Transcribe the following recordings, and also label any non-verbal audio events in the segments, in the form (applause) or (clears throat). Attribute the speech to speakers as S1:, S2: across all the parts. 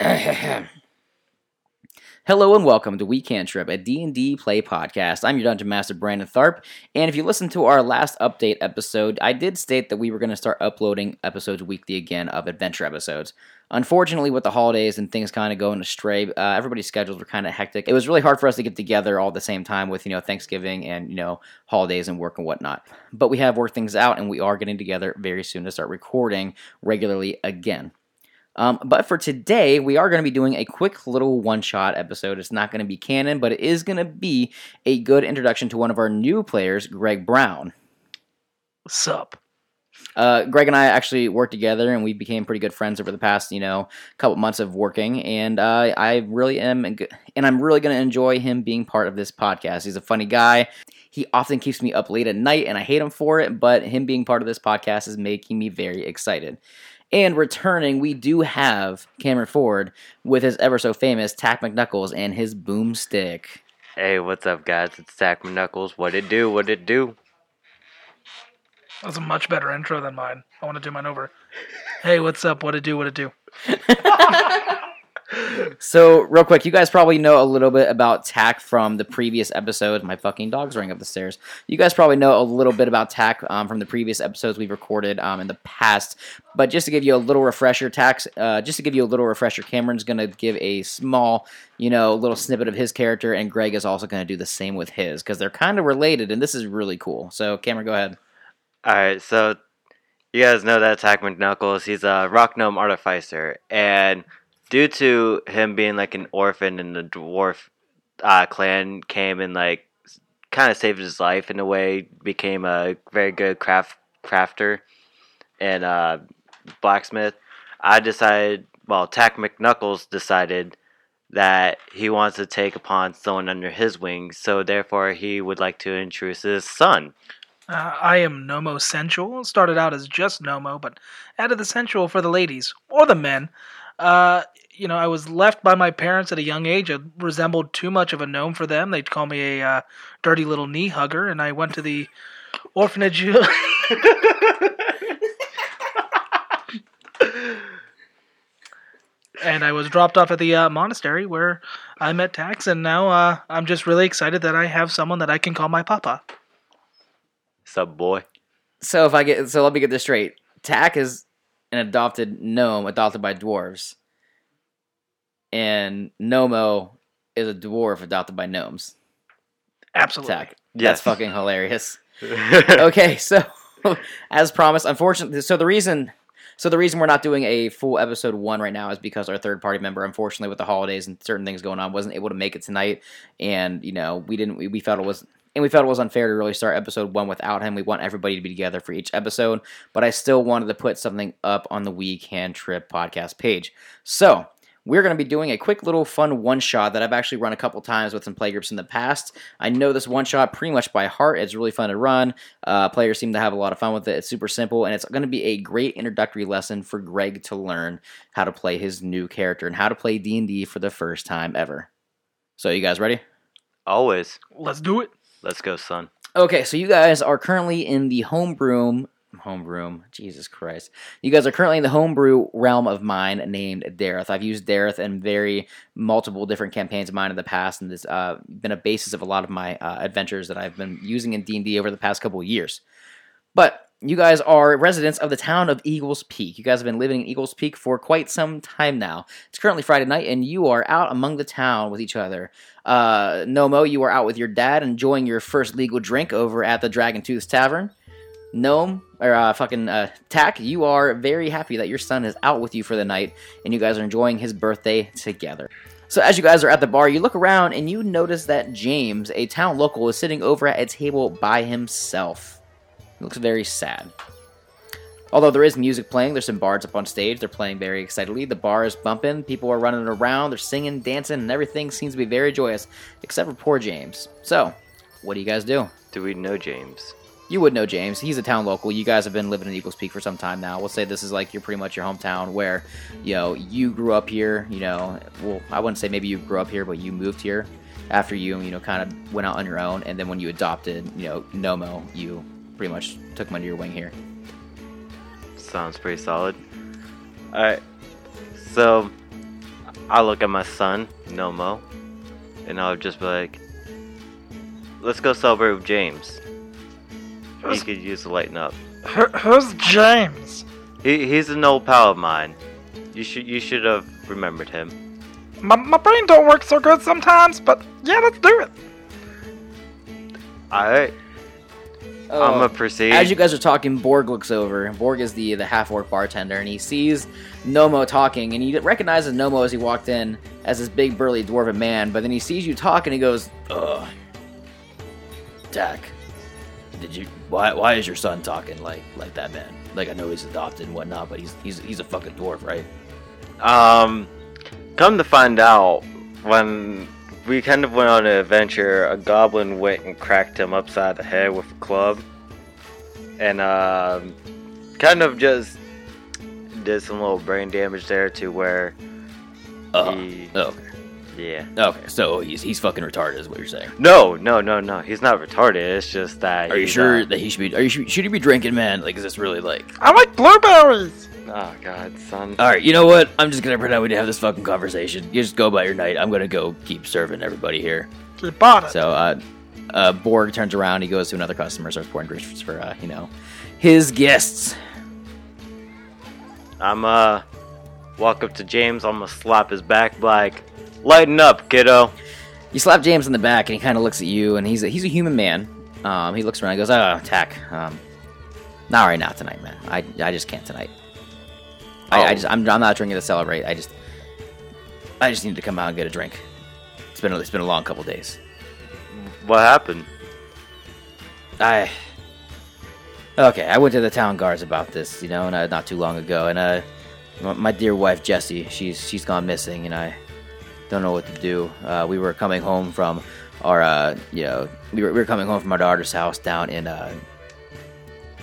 S1: (clears throat) Hello and welcome to We Cantrip, a D&D play podcast. I'm your Dungeon Master, Brandon Tharp, and if you listened to our last update episode, I did state that we were going to start uploading episodes weekly again of adventure episodes. Unfortunately, with the holidays and things kind of going astray, uh, everybody's schedules were kind of hectic. It was really hard for us to get together all at the same time with, you know, Thanksgiving and, you know, holidays and work and whatnot. But we have worked things out, and we are getting together very soon to start recording regularly again. Um, but for today, we are going to be doing a quick little one shot episode. It's not going to be canon, but it is going to be a good introduction to one of our new players, Greg Brown.
S2: What's up?
S1: Uh, Greg and I actually worked together, and we became pretty good friends over the past, you know, couple months of working. And uh, I really am, and I'm really going to enjoy him being part of this podcast. He's a funny guy. He often keeps me up late at night, and I hate him for it. But him being part of this podcast is making me very excited. And returning, we do have Cameron Ford with his ever so famous Tack McNuckles and his boomstick.
S3: Hey, what's up, guys? It's Zach Knuckles. What it do? What it do?
S2: That was a much better intro than mine. I want to do mine over. hey, what's up? What it do? What it do?
S1: So, real quick, you guys probably know a little bit about Tack from the previous episodes. My fucking dog's running up the stairs. You guys probably know a little bit about Tack um, from the previous episodes we've recorded um, in the past. But just to give you a little refresher, Tack, uh, just to give you a little refresher, Cameron's going to give a small, you know, little snippet of his character, and Greg is also going to do the same with his because they're kind of related, and this is really cool. So, Cameron, go ahead.
S3: All right, so you guys know that Tack McNuckles. He's a rock gnome artificer, and due to him being like an orphan and the dwarf uh, clan came and like kind of saved his life in a way, became a very good craft crafter and uh, blacksmith. I decided, well, Tack McNuckles decided that he wants to take upon someone under his wing, so therefore he would like to introduce his son.
S2: Uh, I am Nomo Sensual. Started out as just Nomo, but added the sensual for the ladies or the men. Uh, you know, I was left by my parents at a young age. I resembled too much of a gnome for them. They'd call me a uh, dirty little knee hugger, and I went to the orphanage. (laughs) and I was dropped off at the uh, monastery where I met Tax, and now uh, I'm just really excited that I have someone that I can call my papa.
S3: Sub boy.
S1: So, if I get, so let me get this straight. Tack is an adopted gnome adopted by dwarves, and Nomo is a dwarf adopted by gnomes.
S2: Absolutely.
S1: Tack. That's
S3: Yes.
S1: fucking hilarious.
S3: (laughs)
S1: okay, so (laughs) as promised, unfortunately, so the reason, so the reason we're not doing a full episode one right now is because our third party member, unfortunately, with the holidays and certain things going on, wasn't able to make it tonight, and you know we didn't, we, we felt it was. And we felt it was unfair to really start episode one without him. We want everybody to be together for each episode, but I still wanted to put something up on the We Can Trip podcast page. So we're going to be doing a quick little fun one shot that I've actually run a couple times with some playgroups in the past. I know this one shot pretty much by heart. It's really fun to run. Uh, players seem to have a lot of fun with it. It's super simple, and it's going to be a great introductory lesson for Greg to learn how to play his new character and how to play D and D for the first time ever. So, you guys ready?
S3: Always.
S2: Let's do it.
S3: Let's go, son.
S1: Okay, so you guys are currently in the homebrew homebrew. Jesus Christ. You guys are currently in the homebrew realm of mine named Dareth. I've used Dareth in very multiple different campaigns of mine in the past, and it's uh, been a basis of a lot of my uh, adventures that I've been using in D&D over the past couple of years. But you guys are residents of the town of Eagles Peak. You guys have been living in Eagles Peak for quite some time now. It's currently Friday night, and you are out among the town with each other. Uh, Nomo, you are out with your dad enjoying your first legal drink over at the Dragon Tooth Tavern. Gnome, or uh, fucking uh, Tack, you are very happy that your son is out with you for the night and you guys are enjoying his birthday together. So, as you guys are at the bar, you look around and you notice that James, a town local, is sitting over at a table by himself. He looks very sad. Although there is music playing, there's some bards up on stage. They're playing very excitedly. The bar is bumping. People are running around. They're singing, dancing, and everything seems to be very joyous, except for poor James. So, what do you guys do?
S3: Do we know James?
S1: You would know James. He's a town local. You guys have been living in Eagles Peak for some time now. We'll say this is like you're pretty much your hometown where, you know, you grew up here. You know, well, I wouldn't say maybe you grew up here, but you moved here after you, you know, kind of went out on your own. And then when you adopted, you know, Nomo, you pretty much took him under your wing here.
S3: Sounds pretty solid. Alright. So I look at my son, Nomo, and I'll just be like, "Let's go celebrate with James. He
S2: Who's-
S3: could use to lighten up.
S2: Who, who's James?
S3: He, he's an old pal of mine. You should you should have remembered him.
S2: My, my brain don't work so good sometimes, but yeah, let's do it.
S3: All right, I'm
S1: Oh.
S3: gonna proceed.
S1: As you guys are talking, Borg looks over. Borg is the, the half orc bartender, and he sees Nomo talking, and he recognizes Nomo as he walked in as this big, burly, dwarven man. But then he sees you talk, and he goes, "Ugh, Dak, did you? Why? Why is your son talking like like that, man? Like I know he's adopted and whatnot, but he's he's he's a fucking dwarf, right?
S3: Um, come to find out, when we kind of went on an adventure, a goblin went and cracked him upside the head with a club, and um, kind of just did some little brain damage there to where
S1: Uh,
S3: he,
S1: oh,
S3: yeah.
S1: okay. So he's he's fucking retarded, is what you're saying?
S3: No, no, no, no. He's not retarded. It's just that.
S1: Are you
S3: he's,
S1: sure
S3: uh,
S1: that he should be? Are you should he be drinking, man? Like, is this really like?
S2: I like blueberries.
S3: oh God, son.
S1: All right, you know what? I'm just gonna pretend we didn't have this fucking conversation. You just go about your night. I'm gonna go keep serving everybody here.
S2: He bought it.
S1: So, uh, uh, Borg turns around. He goes to another customer, starts pouring drinks for uh, you know his guests.
S3: I'm uh, walk up to James. I'm gonna slap his back, like, lighten up, kiddo.
S1: You slap James in the back, and he kind of looks at you, and he's a, he's a human man. Um, he looks around. and goes, "Oh, Tack, um, not right now tonight, man. I, I just can't tonight. I, I
S3: Oh.
S1: just I'm, I'm not drinking to celebrate. I just I just need to come out and get a drink. It's been a, it's been a long couple days.
S3: What happened?
S1: I okay. I went to the town guards about this, you know, and, uh, not too long ago, and uh, my, my dear wife Jessie, she's she's gone missing, and I don't know what to do. Uh, we were coming home from our, uh, you know, we were, we were coming home from our daughter's house down in uh,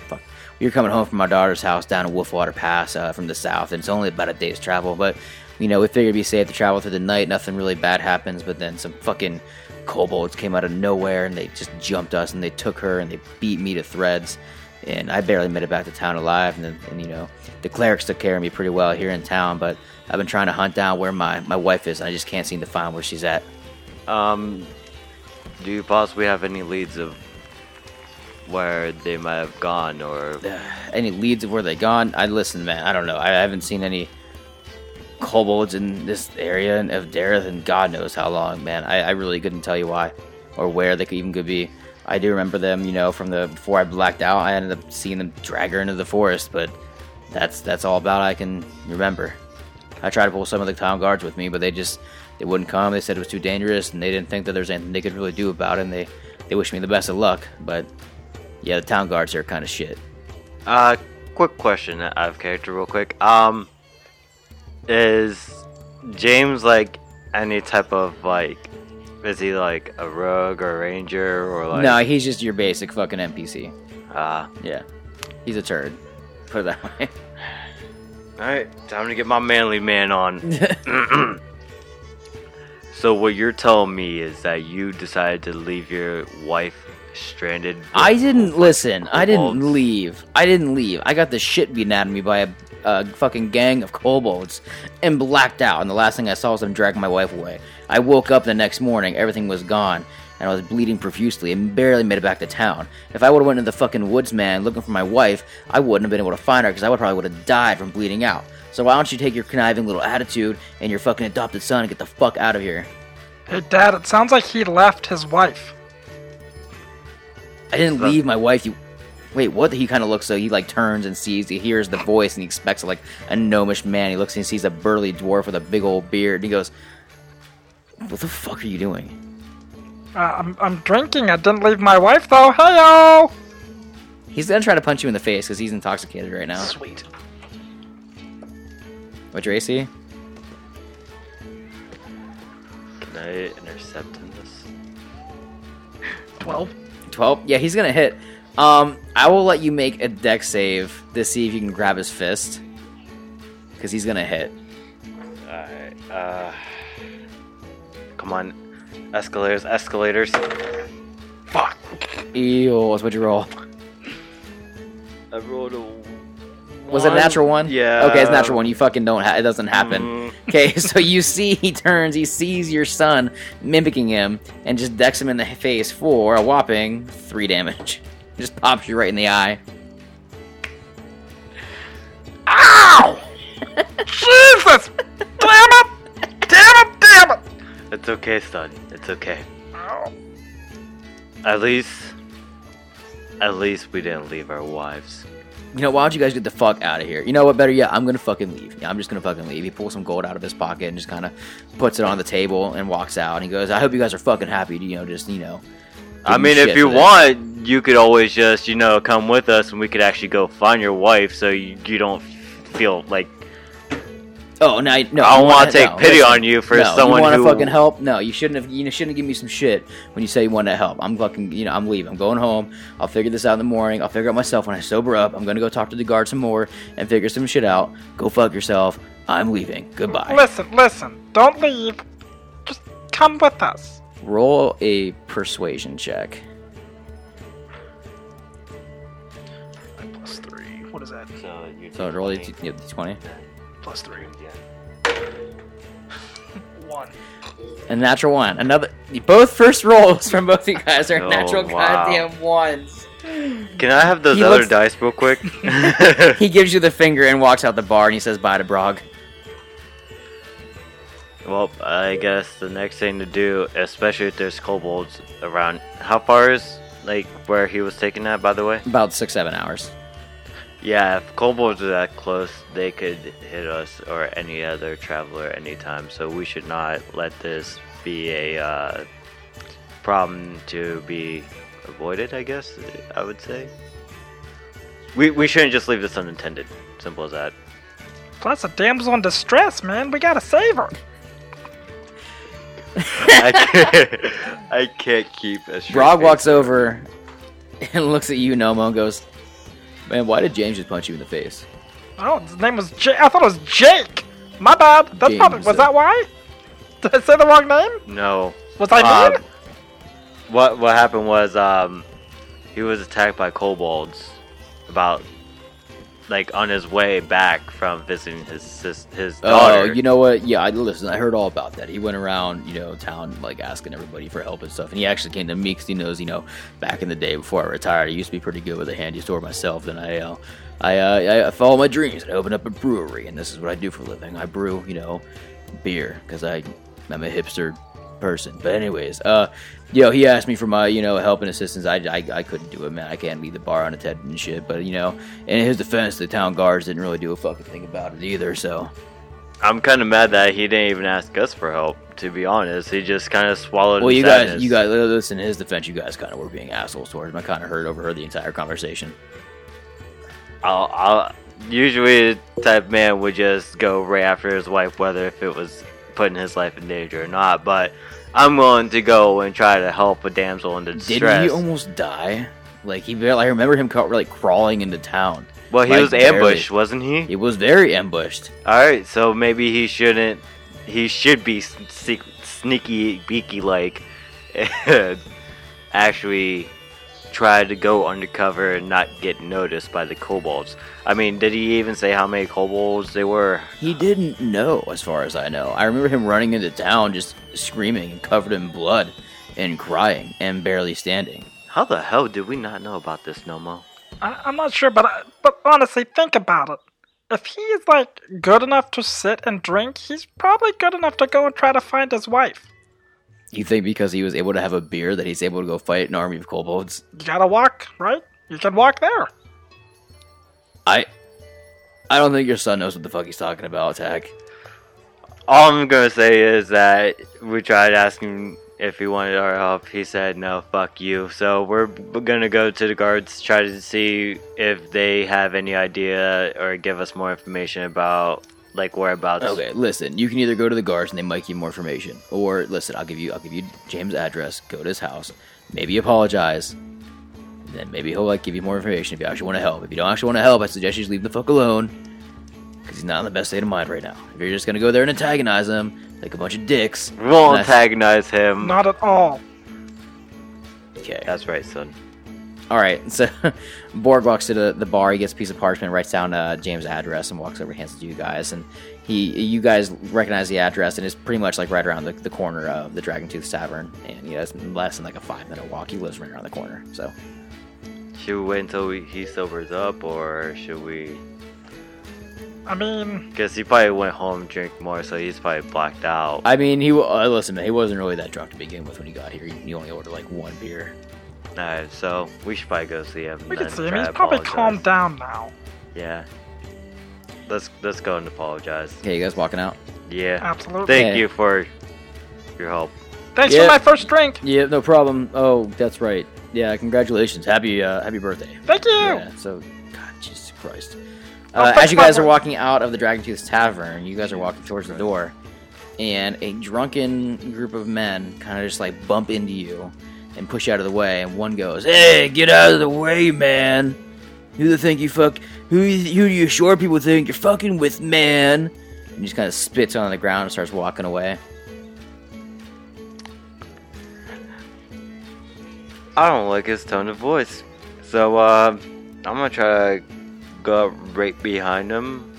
S1: fuck. We were coming home from our daughter's house down in Wolfwater Pass uh, from the south, and it's only about a day's travel, but. You know, we figured it'd be safe to travel through the night. Nothing really bad happens, but then some fucking kobolds came out of nowhere and they just jumped us and they took her and they beat me to threads. And I barely made it back to town alive. And, then- and you know, the clerics took care of me pretty well here in town, but I've been trying to hunt down where my, my wife is and I just can't seem to find where she's at.
S3: Um, do you possibly have any leads of where they might have gone, or
S1: any leads of where they gone? I listen, man. I don't know. I haven't seen any kobolds in this area of Dareth in God knows how long, man. I, I really couldn't tell you why or where they could even could be. I do remember them, you know, from the before I blacked out. I ended up seeing them drag her into the forest, but that's that's all about I can remember. I tried to pull some of the town guards with me, but they just they wouldn't come. They said it was too dangerous, and they didn't think that there's anything they could really do about it. And they they wished me the best of luck, but yeah, the town guards are kind of shit.
S3: uh, quick question out of character, real quick. Um, is James like any type of like, is he like a rogue or ranger or like?
S1: no, he's just your basic fucking NPC.
S3: Uh,
S1: Yeah. He's a turd. Put it that way.
S3: all right, time to get my manly man on.
S1: (laughs)
S3: (clears throat) So what you're telling me is that you decided to leave your wife stranded. with-
S1: I didn't listen. I didn't
S3: Kobolds.
S1: leave. I didn't leave. I got the shit beaten out of me by a, a fucking gang of kobolds and blacked out. And the last thing I saw was them dragging my wife away. I woke up the next morning. Everything was gone. And I was bleeding profusely and barely made it back to town. If I would have went into the fucking woods, man, looking for my wife, I wouldn't have been able to find her because I would probably would have died from bleeding out. So why don't you take your conniving little attitude and your fucking adopted son and get the fuck out of here?
S2: Hey, Dad, it sounds like he left his wife.
S1: I didn't
S3: So-
S1: leave my wife. You wait. What? He kind of looks so he like turns and sees. He hears the voice and he expects like a gnomish man. He looks and he sees a burly dwarf with a big old beard. And he goes, "What the fuck are you doing?"
S2: Uh, I'm, I'm drinking. I didn't leave my wife, though. Heyo!
S1: He's gonna try to punch you in the face because he's intoxicated right now.
S2: Sweet.
S1: What's your AC?
S3: Can I intercept in this?
S2: 12.
S1: Twelve. Yeah, he's gonna hit. Um, I will let you make a deck save to see if you can grab his fist because he's gonna hit.
S3: Alright, uh. Come on. Escalators, escalators.
S2: Fuck.
S1: Ew, what's what you roll?
S3: I rolled a
S1: Was it a natural one?
S3: Yeah.
S1: Okay, it's a natural one. You fucking don't. Ha- it doesn't happen.
S3: Mm,
S1: Okay, (laughs) so you see he turns, he sees your son mimicking him, and just decks him in the face for a whopping three damage. Just pops you right in the eye. (laughs)
S2: Ow! Jesus! Damn it! Damn it! Damn it!
S3: it's okay, son. It's okay.
S1: Oh,
S2: Ow.
S3: At least, at least we didn't leave our wives.
S1: You know, why don't you guys get the fuck out of here? You know what? Better yet, I'm gonna fucking leave. Yeah, I'm just gonna fucking leave. He pulls some gold out of his pocket and just kind of puts it on the table and walks out. And he goes, "I hope you guys are fucking happy. To, you know, just you know."
S3: I
S1: give
S3: mean,
S1: shit
S3: if you
S1: for this."
S3: want, you could always just, you know, come with us, and we could actually go find your wife, so you, you don't feel like
S1: Oh no, no!
S3: I
S1: you
S3: don't want
S1: wanna-
S3: to take
S1: no,
S3: pity
S1: listen.
S3: on you for
S1: no,
S3: someone
S1: you wanna
S3: who
S1: fucking help? No, you shouldn't have. You shouldn't give me some shit when you say you want to help. I'm fucking. You know, I'm leaving. I'm going home. I'll figure this out in the morning. I'll figure it out myself when I sober up. I'm gonna go talk to the guard some more and figure some shit out. Go fuck yourself. I'm leaving. Goodbye.
S2: Listen, listen. Don't leave. Just come with us.
S1: Roll a persuasion check.
S2: Plus three. What is that?
S3: So, you're
S1: So roll a d- yeah, d20.
S2: Plus three. One.
S1: A natural one. Another. Both first rolls from both you guys are
S3: (laughs) Oh,
S1: natural
S3: wow.
S1: goddamn ones.
S3: Can I have those
S1: He
S3: other
S1: looks-
S3: dice real quick?
S1: (laughs)
S3: (laughs)
S1: He gives you the finger and walks out the bar and he says bye to Brog.
S3: well, I guess the next thing to do, especially if there's kobolds around, how far is like where he was taken at, by the way?
S1: About six seven hours.
S3: Yeah, if kobolds are that close, they could hit us or any other traveler anytime. So we should not let this be a uh, problem to be avoided. I guess I would say. We we shouldn't just leave this unintended. Simple as that. (laughs)
S2: Plus a damsel in distress, man. We gotta save her.
S3: I can't, I can't keep a straight
S1: Brog
S3: face.
S1: walks over (laughs) and looks at you, Nomo, and goes, Man, why did James just punch you in the face?
S2: Oh, his name was Jake. I thought it was Jake. My bad. That's probably was
S1: James.
S2: that why? (laughs) Did I say the wrong name?
S3: No.
S2: Was I
S3: Um,
S2: mean?
S3: what what happened was um, he was attacked by kobolds about like on his way back from visiting his sis- his
S1: Oh,
S3: daughter.
S1: you know what? Yeah, I listen, I heard all about that. He went around, you know, town, like asking everybody for help and stuff. And he actually came to me because he knows, you know, back in the day before I retired, I used to be pretty good with a handy store myself. Then I, uh, I, uh, I follow my dreams and I opened up a brewery, and this is what I do for a living. I brew, you know, beer because I, I'm a hipster person. But anyways, uh, you know, he asked me for my, you know, help and assistance. I, I, I couldn't do it, man. I can't leave the bar on its head and shit. But you know, in his defense, the town guards didn't really do a fucking thing about it either. So.
S3: I'm kind of mad that he didn't even ask us for help. To be honest, he just kind of swallowed.
S1: Well,
S3: his
S1: you guys,
S3: sadness.
S1: you guys, listen. In his defense, you guys kind of were being assholes towards him. I kind of heard overheard the entire conversation.
S3: I'll, I'll usually the type man would just go right after his wife, whether if it was putting his life in danger or not. But I'm willing to go and try to help a damsel in
S1: Did
S3: distress.
S1: not he almost die? Like he, barely, I remember him ca- like crawling into town.
S3: well, he
S1: like,
S3: was
S1: barely.
S3: ambushed, wasn't he?
S1: It was very ambushed.
S3: All right, so maybe he shouldn't. He should be sneak, sneaky, beaky like, and (laughs) actually try to go undercover and not get noticed by the kobolds. I mean, did he even say how many kobolds they were?
S1: He didn't know, as far as I know. I remember him running into town, just screaming and covered in blood, and crying and barely standing.
S3: How the hell did we not know about this, Nomo?
S2: I, I'm not sure, but I, but honestly, think about it. If he is like good enough to sit and drink, he's probably good enough to go and try to find his wife.
S1: You think because he was able to have a beer that he's able to go fight an army of kobolds?
S2: You gotta walk, right? You can walk there.
S1: I, I don't think your son knows what the fuck he's talking about. Attack.
S3: All I'm gonna say is that we tried asking if he wanted our help. He said no, fuck you. So we're b- gonna go to the guards, try to see if they have any idea or give us more information about like whereabouts.
S1: Okay, listen. You can either go to the guards and they might give you more information, or listen. I'll give you. I'll give you James' address. Go to his house. Maybe apologize. And then maybe he'll like give you more information if you actually want to help. If you don't actually want to help, I suggest you just leave him the fuck alone. Because he's not in the best state of mind right now. If you're just gonna go there and antagonize him, like a bunch of dicks.
S3: We won't
S1: Nice.
S3: antagonize him.
S2: Not at all.
S1: Okay.
S3: That's right, son.
S1: All right, so (laughs) Borg walks to the, the bar. He gets a piece of parchment, writes down uh, James' address, and walks over, hands it to you guys. And he, you guys recognize the address, and it's pretty much like right around the, the corner of the Dragon Tooth Tavern. And you know, it's less than like a five minute walk. He lives right around the corner. So
S3: Should we wait until we, he sobers up, or should we?
S2: I mean,
S3: Because he probably went home, drink more, so he's probably blacked out.
S1: I mean, he wa- uh, listen, man, he wasn't really that drunk to begin with when he got here. He, he only ordered like one beer.
S3: Alright, so we should probably go see him. and
S2: we can
S3: then
S2: see him.
S3: try
S2: He's
S3: to
S2: probably
S3: apologize.
S2: calmed down now.
S3: Yeah. Let's let's go and apologize.
S1: Okay, you guys walking out?
S3: Yeah.
S2: Absolutely.
S3: Thank
S1: Yeah.
S3: you for your help.
S2: Thanks
S1: Yeah.
S2: for my first drink.
S1: Yeah, no problem. Oh, that's right. Yeah, congratulations. Happy uh, happy birthday.
S2: Thank you.
S1: Yeah, so, God, Jesus Christ.
S2: I'll
S1: Uh,
S2: fix
S1: as you
S2: my
S1: guys are
S2: work.
S1: walking out of the Dragon Tooth Tavern, you guys are walking towards the door, and a drunken group of men kind of just like bump into you and push you out of the way. And one goes, "Hey, get out of the way, man! Who the think you fuck? Who who do you short people think you're fucking with, man?" And he just kind of spits on the ground and starts walking away.
S3: I don't like his tone of voice. So uh, I'm gonna try to go right behind him,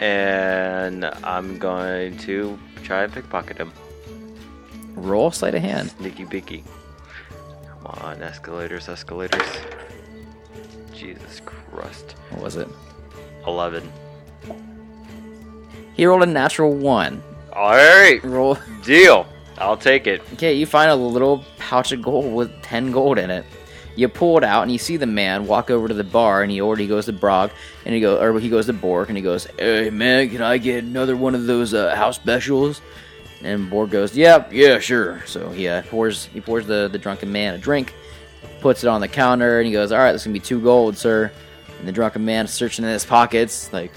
S3: and I'm going to try to pickpocket him.
S1: Roll sleight of hand.
S3: Sneaky beaky. Come on, escalators, escalators. Jesus Christ.
S1: What was it?
S3: Eleven.
S1: He rolled a natural one.
S3: All right,
S1: Roll.
S3: deal. I'll take it.
S1: Okay, you find a little pouch of gold with 10 gold in it. You pull it out and you see the man walk over to the bar and he already goes to Brog and he go or he goes to Borg and he goes, "Hey man, can I get another one of those uh, house specials?" And Borg goes, "Yeah, yeah, sure." So he uh, pours he pours the the drunken man a drink, puts it on the counter and he goes, "All right, this is gonna be two gold, sir." And the drunken man is searching in his pockets like,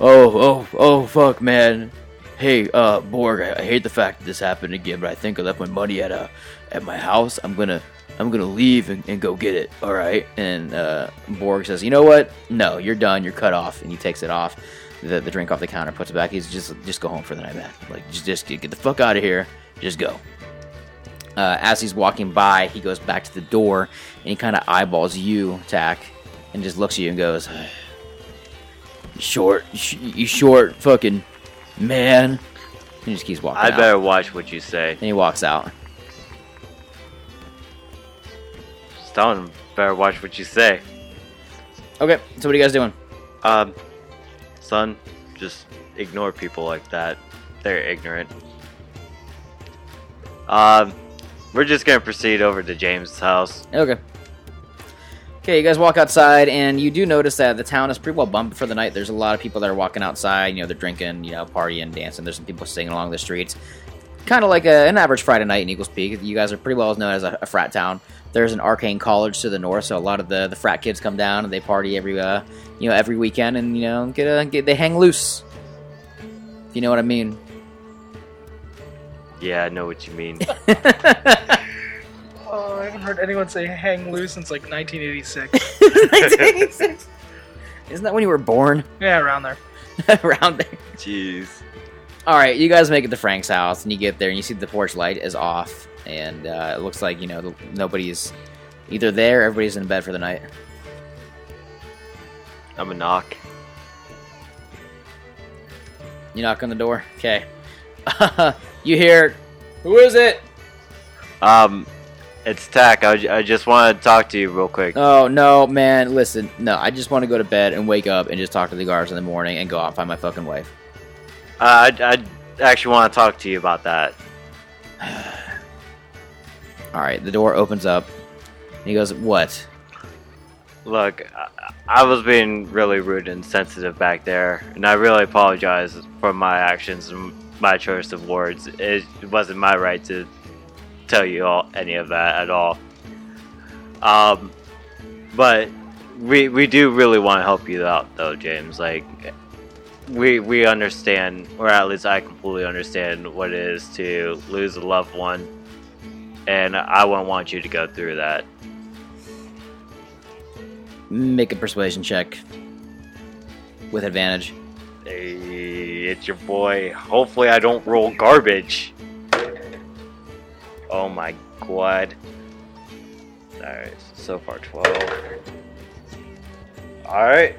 S1: "Oh, oh, oh, fuck, man, Hey, uh, Borg, I, I hate the fact that this happened again, but I think I left my money at uh at my house. I'm gonna I'm gonna leave and, and go get it. All right. And uh, Borg says, you know what? No, you're done. You're cut off. And he takes it off the, the drink off the counter, puts it back. He's just just go home for the night, man. Like just just get, get the fuck out of here. Just go. Uh, as he's walking by, he goes back to the door and he kind of eyeballs you, Tack, and just looks at you and goes, "Short, sh- you short, fucking man." And he just keeps walking.
S3: I
S1: out.
S3: better watch what you say.
S1: And he walks out.
S3: Stone, better watch what you say.
S1: Okay, so what are you guys doing?
S3: Um, son, just ignore people like that. They're ignorant. Um, we're just gonna proceed over to James' house.
S1: Okay. Okay, you guys walk outside, and you do notice that the town is pretty well bumped for the night. There's a lot of people that are walking outside. You know, they're drinking, you know, partying, dancing. There's some people singing along the streets. Kind of like a, an average Friday night in Eagles Peak. You guys are pretty well known as a, a frat town. There's an arcane college to the north, so a lot of the, the frat kids come down and they party every uh, you know every weekend, and you know get, uh, get they hang loose. If you know what I mean. (laughs)
S3: Yeah, I know what you mean.
S2: Oh, I haven't heard anyone say hang loose since like (laughs) 1986.
S1: Isn't that when you were born? (laughs)
S2: yeah, around there.
S1: Around there.
S3: Jeez.
S1: All right, you guys make it to Frank's house, and you get there, and you see the porch light is off, and uh, it looks like you know nobody's either there. Everybody's in bed for the night.
S3: I'm a knock.
S1: You knock on the door. Okay. (laughs) you hear, who is it?
S3: Um, it's Tack. I, I just want to talk to you real quick.
S1: Oh no, man! Listen, no, I just want to go to bed and wake up and just talk to the guards in the morning and go out and find my fucking wife.
S3: Uh, I, I actually want to talk to you about that.
S1: All right, the door opens up, and he goes, "What?
S3: Look, I, I was being really rude and sensitive back there, and I really apologize for my actions and my choice of words. It wasn't my right to tell you all any of that at all. Um, but we we do really want to help you out, though, James. Like, we we understand, or at least I completely understand what it is to lose a loved one, and I wouldn't want you to go through that.
S1: Make a persuasion check with advantage."
S3: Hey, it's your boy. Hopefully, I don't roll garbage. Oh my god. Alright, so far 12. Alright.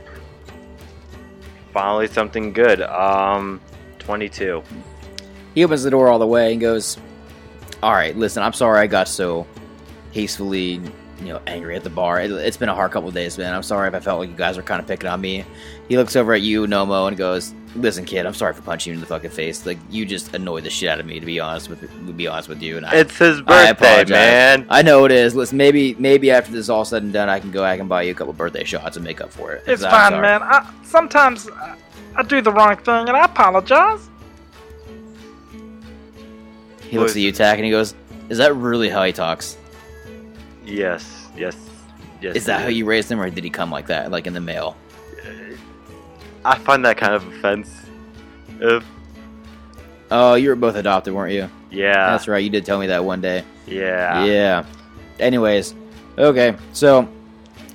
S3: Finally, something good. Um, 22.
S1: He opens the door all the way and goes, "All right, listen, I'm sorry I got so hastily, you know, angry at the bar. It, it's been a hard couple days, man. I'm sorry if I felt like you guys were kind of picking on me." He looks over at you, Nomo, and goes, "Listen, kid, I'm sorry for punching you in the fucking face. Like you just annoyed the shit out of me, to be honest with to be honest with you." And I,
S3: It's his
S1: I
S3: birthday,
S1: apologize.
S3: man.
S1: I know it is. Listen, maybe maybe after this is all said and done, I can go back and buy you a couple birthday shots and make up for it.
S2: It's
S1: I'm
S2: fine,
S1: sorry.
S2: man. I, sometimes I, I do the wrong thing and I apologize.
S1: He looks at you, Tack, and he goes, "Is that really how he talks?
S3: Yes, yes, yes.
S1: Is that how you raised him, or did he come like that, like in the mail?"
S3: I find that kind of offense. If,
S1: Oh, you were both adopted, weren't you?
S3: yeah,
S1: That's right. You did tell me that one day.
S3: yeah,
S1: Yeah. Anyways, okay. So,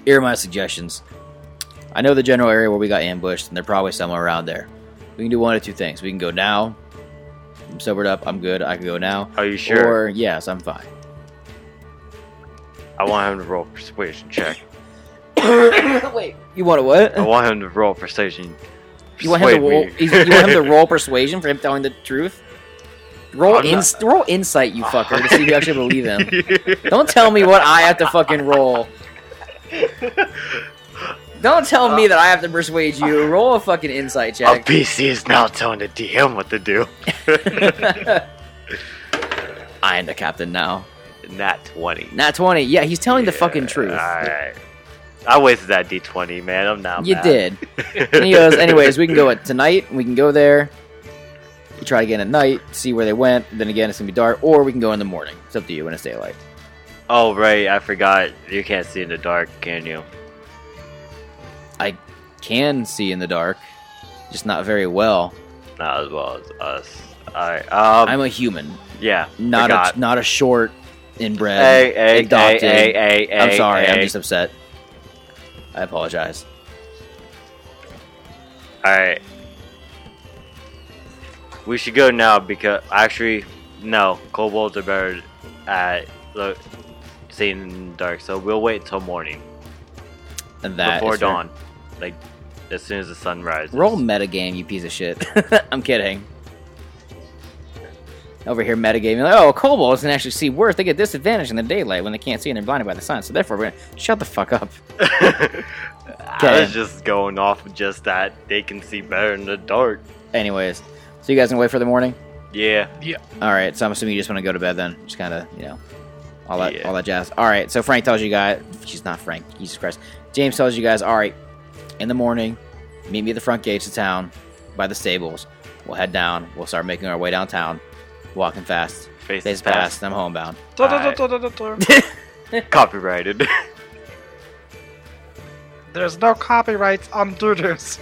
S1: here are my suggestions. I know the general area where we got ambushed, and they're probably somewhere around there. We can do one of two things. We can go now. I'm sobered up. I'm good. I can go now.
S3: Are you sure?
S1: Or yes, I'm fine.
S3: I want him to roll a persuasion check.
S1: Wait, you want to what?
S3: I want him to roll a persuasion.
S1: You want him to
S3: persuade
S1: roll?
S3: me.
S1: he's- You
S3: (laughs)
S1: want him to roll persuasion for him telling the truth? Roll
S3: I'm not-
S1: ins- roll insight,
S3: (laughs)
S1: you fucker, to see if you actually believe him. Don't tell me what I have to fucking roll. Don't tell
S3: Uh,
S1: me that I have to persuade you. Roll a fucking insight
S3: a
S1: check.
S3: PC is now telling the DM what to do.
S1: I am the captain now.
S3: Not twenty.
S1: Not twenty. Yeah, he's telling the fucking
S3: Yeah,
S1: truth.
S3: Alright. I wasted that D20, man. I'm not
S1: you
S3: mad. (laughs)
S1: did. And he goes, anyways, we can go at tonight. We can go there. We try again at night, see where they went. Then again, it's gonna be dark, or we can go in the morning. It's up to you when it's daylight.
S3: (laughs) Oh, right. I forgot. You can't see in the dark, can you?
S1: Can see in the dark, just not very well.
S3: Not as well as us. Alright. Um,
S1: I'm a human,
S3: yeah.
S1: not
S3: forgot.
S1: a not a short inbred.
S3: Hey, hey, hey,
S1: adopted.
S3: hey, hey, hey,
S1: I'm sorry. I'm
S3: hey.
S1: just upset. I apologize.
S3: Alright. We should go now because actually, no. Kobolds are better at look, seeing in the dark, so we'll wait till morning.
S1: And that
S3: before
S1: is fair.
S3: dawn. Like, as soon as the sun rises. (laughs)
S1: Roll metagame, you piece of shit. (laughs) I'm kidding. Over here, metagaming. Like, oh, kobolds can actually see worse. They get disadvantage in the daylight when they can't see and they're blinded by the sun. So therefore, we're gonna shut the fuck up.
S3: I was just going off of just that they can see better in the dark.
S1: Anyways, so you guys gonna wait for the morning?
S3: Yeah.
S1: All right. So I'm assuming you just want to go to bed then. Just kind of, you know, all that,
S3: Yeah.
S1: all that jazz. All right. So Frank tells you guys. She's not Frank. Jesus Christ. James tells you guys. All right. In the morning, meet me at the front gates of town, by the stables. We'll head down. We'll start making our way downtown, walking fast.
S3: Face
S1: Days
S3: is
S1: passed.
S3: past.
S1: I'm homebound.
S2: (laughs)
S3: Copyrighted.
S2: There's no copyrights on doodles.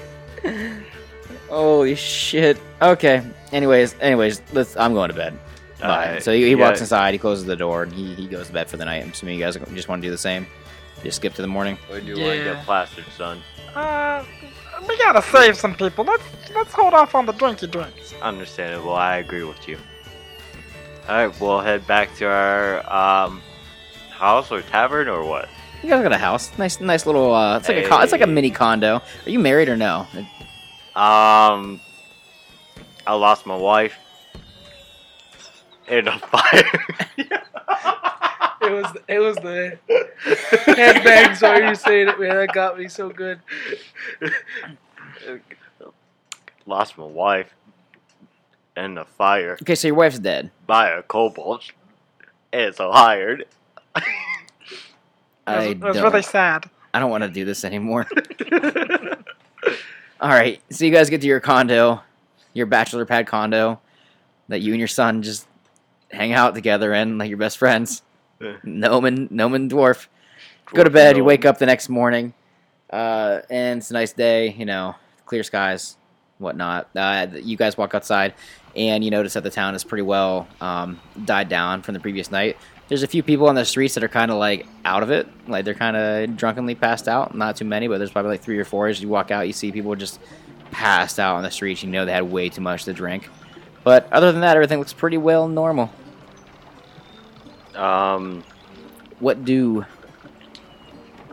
S1: Holy shit. Okay. Anyways, anyways, let's. I'm going to bed. Bye.
S3: Alright,
S1: so he, he
S3: yeah.
S1: walks inside. He closes the door and he, he goes to bed for the night. I'm assuming you guys just want to do the same. Just skip to the morning.
S3: Or do you want to
S2: Yeah.
S3: get plastered, son?
S2: Uh, we gotta save some people. Let's let's hold off on the drinky drinks.
S3: Understandable. I agree with you. Alright, we'll head back to our um, house or tavern or what?
S1: You guys got a house, nice, nice little. Uh, it's like a, con- it's like a
S3: Hey.
S1: mini condo. Are you married or no?
S3: Um, I lost my wife in a (laughs) fire.
S1: (laughs)
S2: It was it was the headbang story you said it, man. That got me so good.
S3: lost my wife in a fire.
S1: Okay, so your wife's dead.
S3: by a kobold is hired.
S2: It was,
S1: I
S2: it was
S1: don't.
S2: really sad.
S1: I don't want to do this anymore. All right, so you guys get to your condo, your bachelor pad condo, that you and your son just hang out together in, like your best friends.
S3: Yeah.
S1: Gnomon, Gnomon dwarf. Go to bed. You wake up the next morning, uh, and it's a nice day. You know, clear skies, whatnot. Uh, you guys walk outside, and you notice that the town is pretty well um, died down from the previous night. There's a few people on the streets that are kind of like out of it, like they're kind of drunkenly passed out. Not too many, but there's probably like three or four. As you walk out, you see people just passed out on the streets. You know they had way too much to drink. But other than that, everything looks pretty well normal.
S3: Um,
S1: What do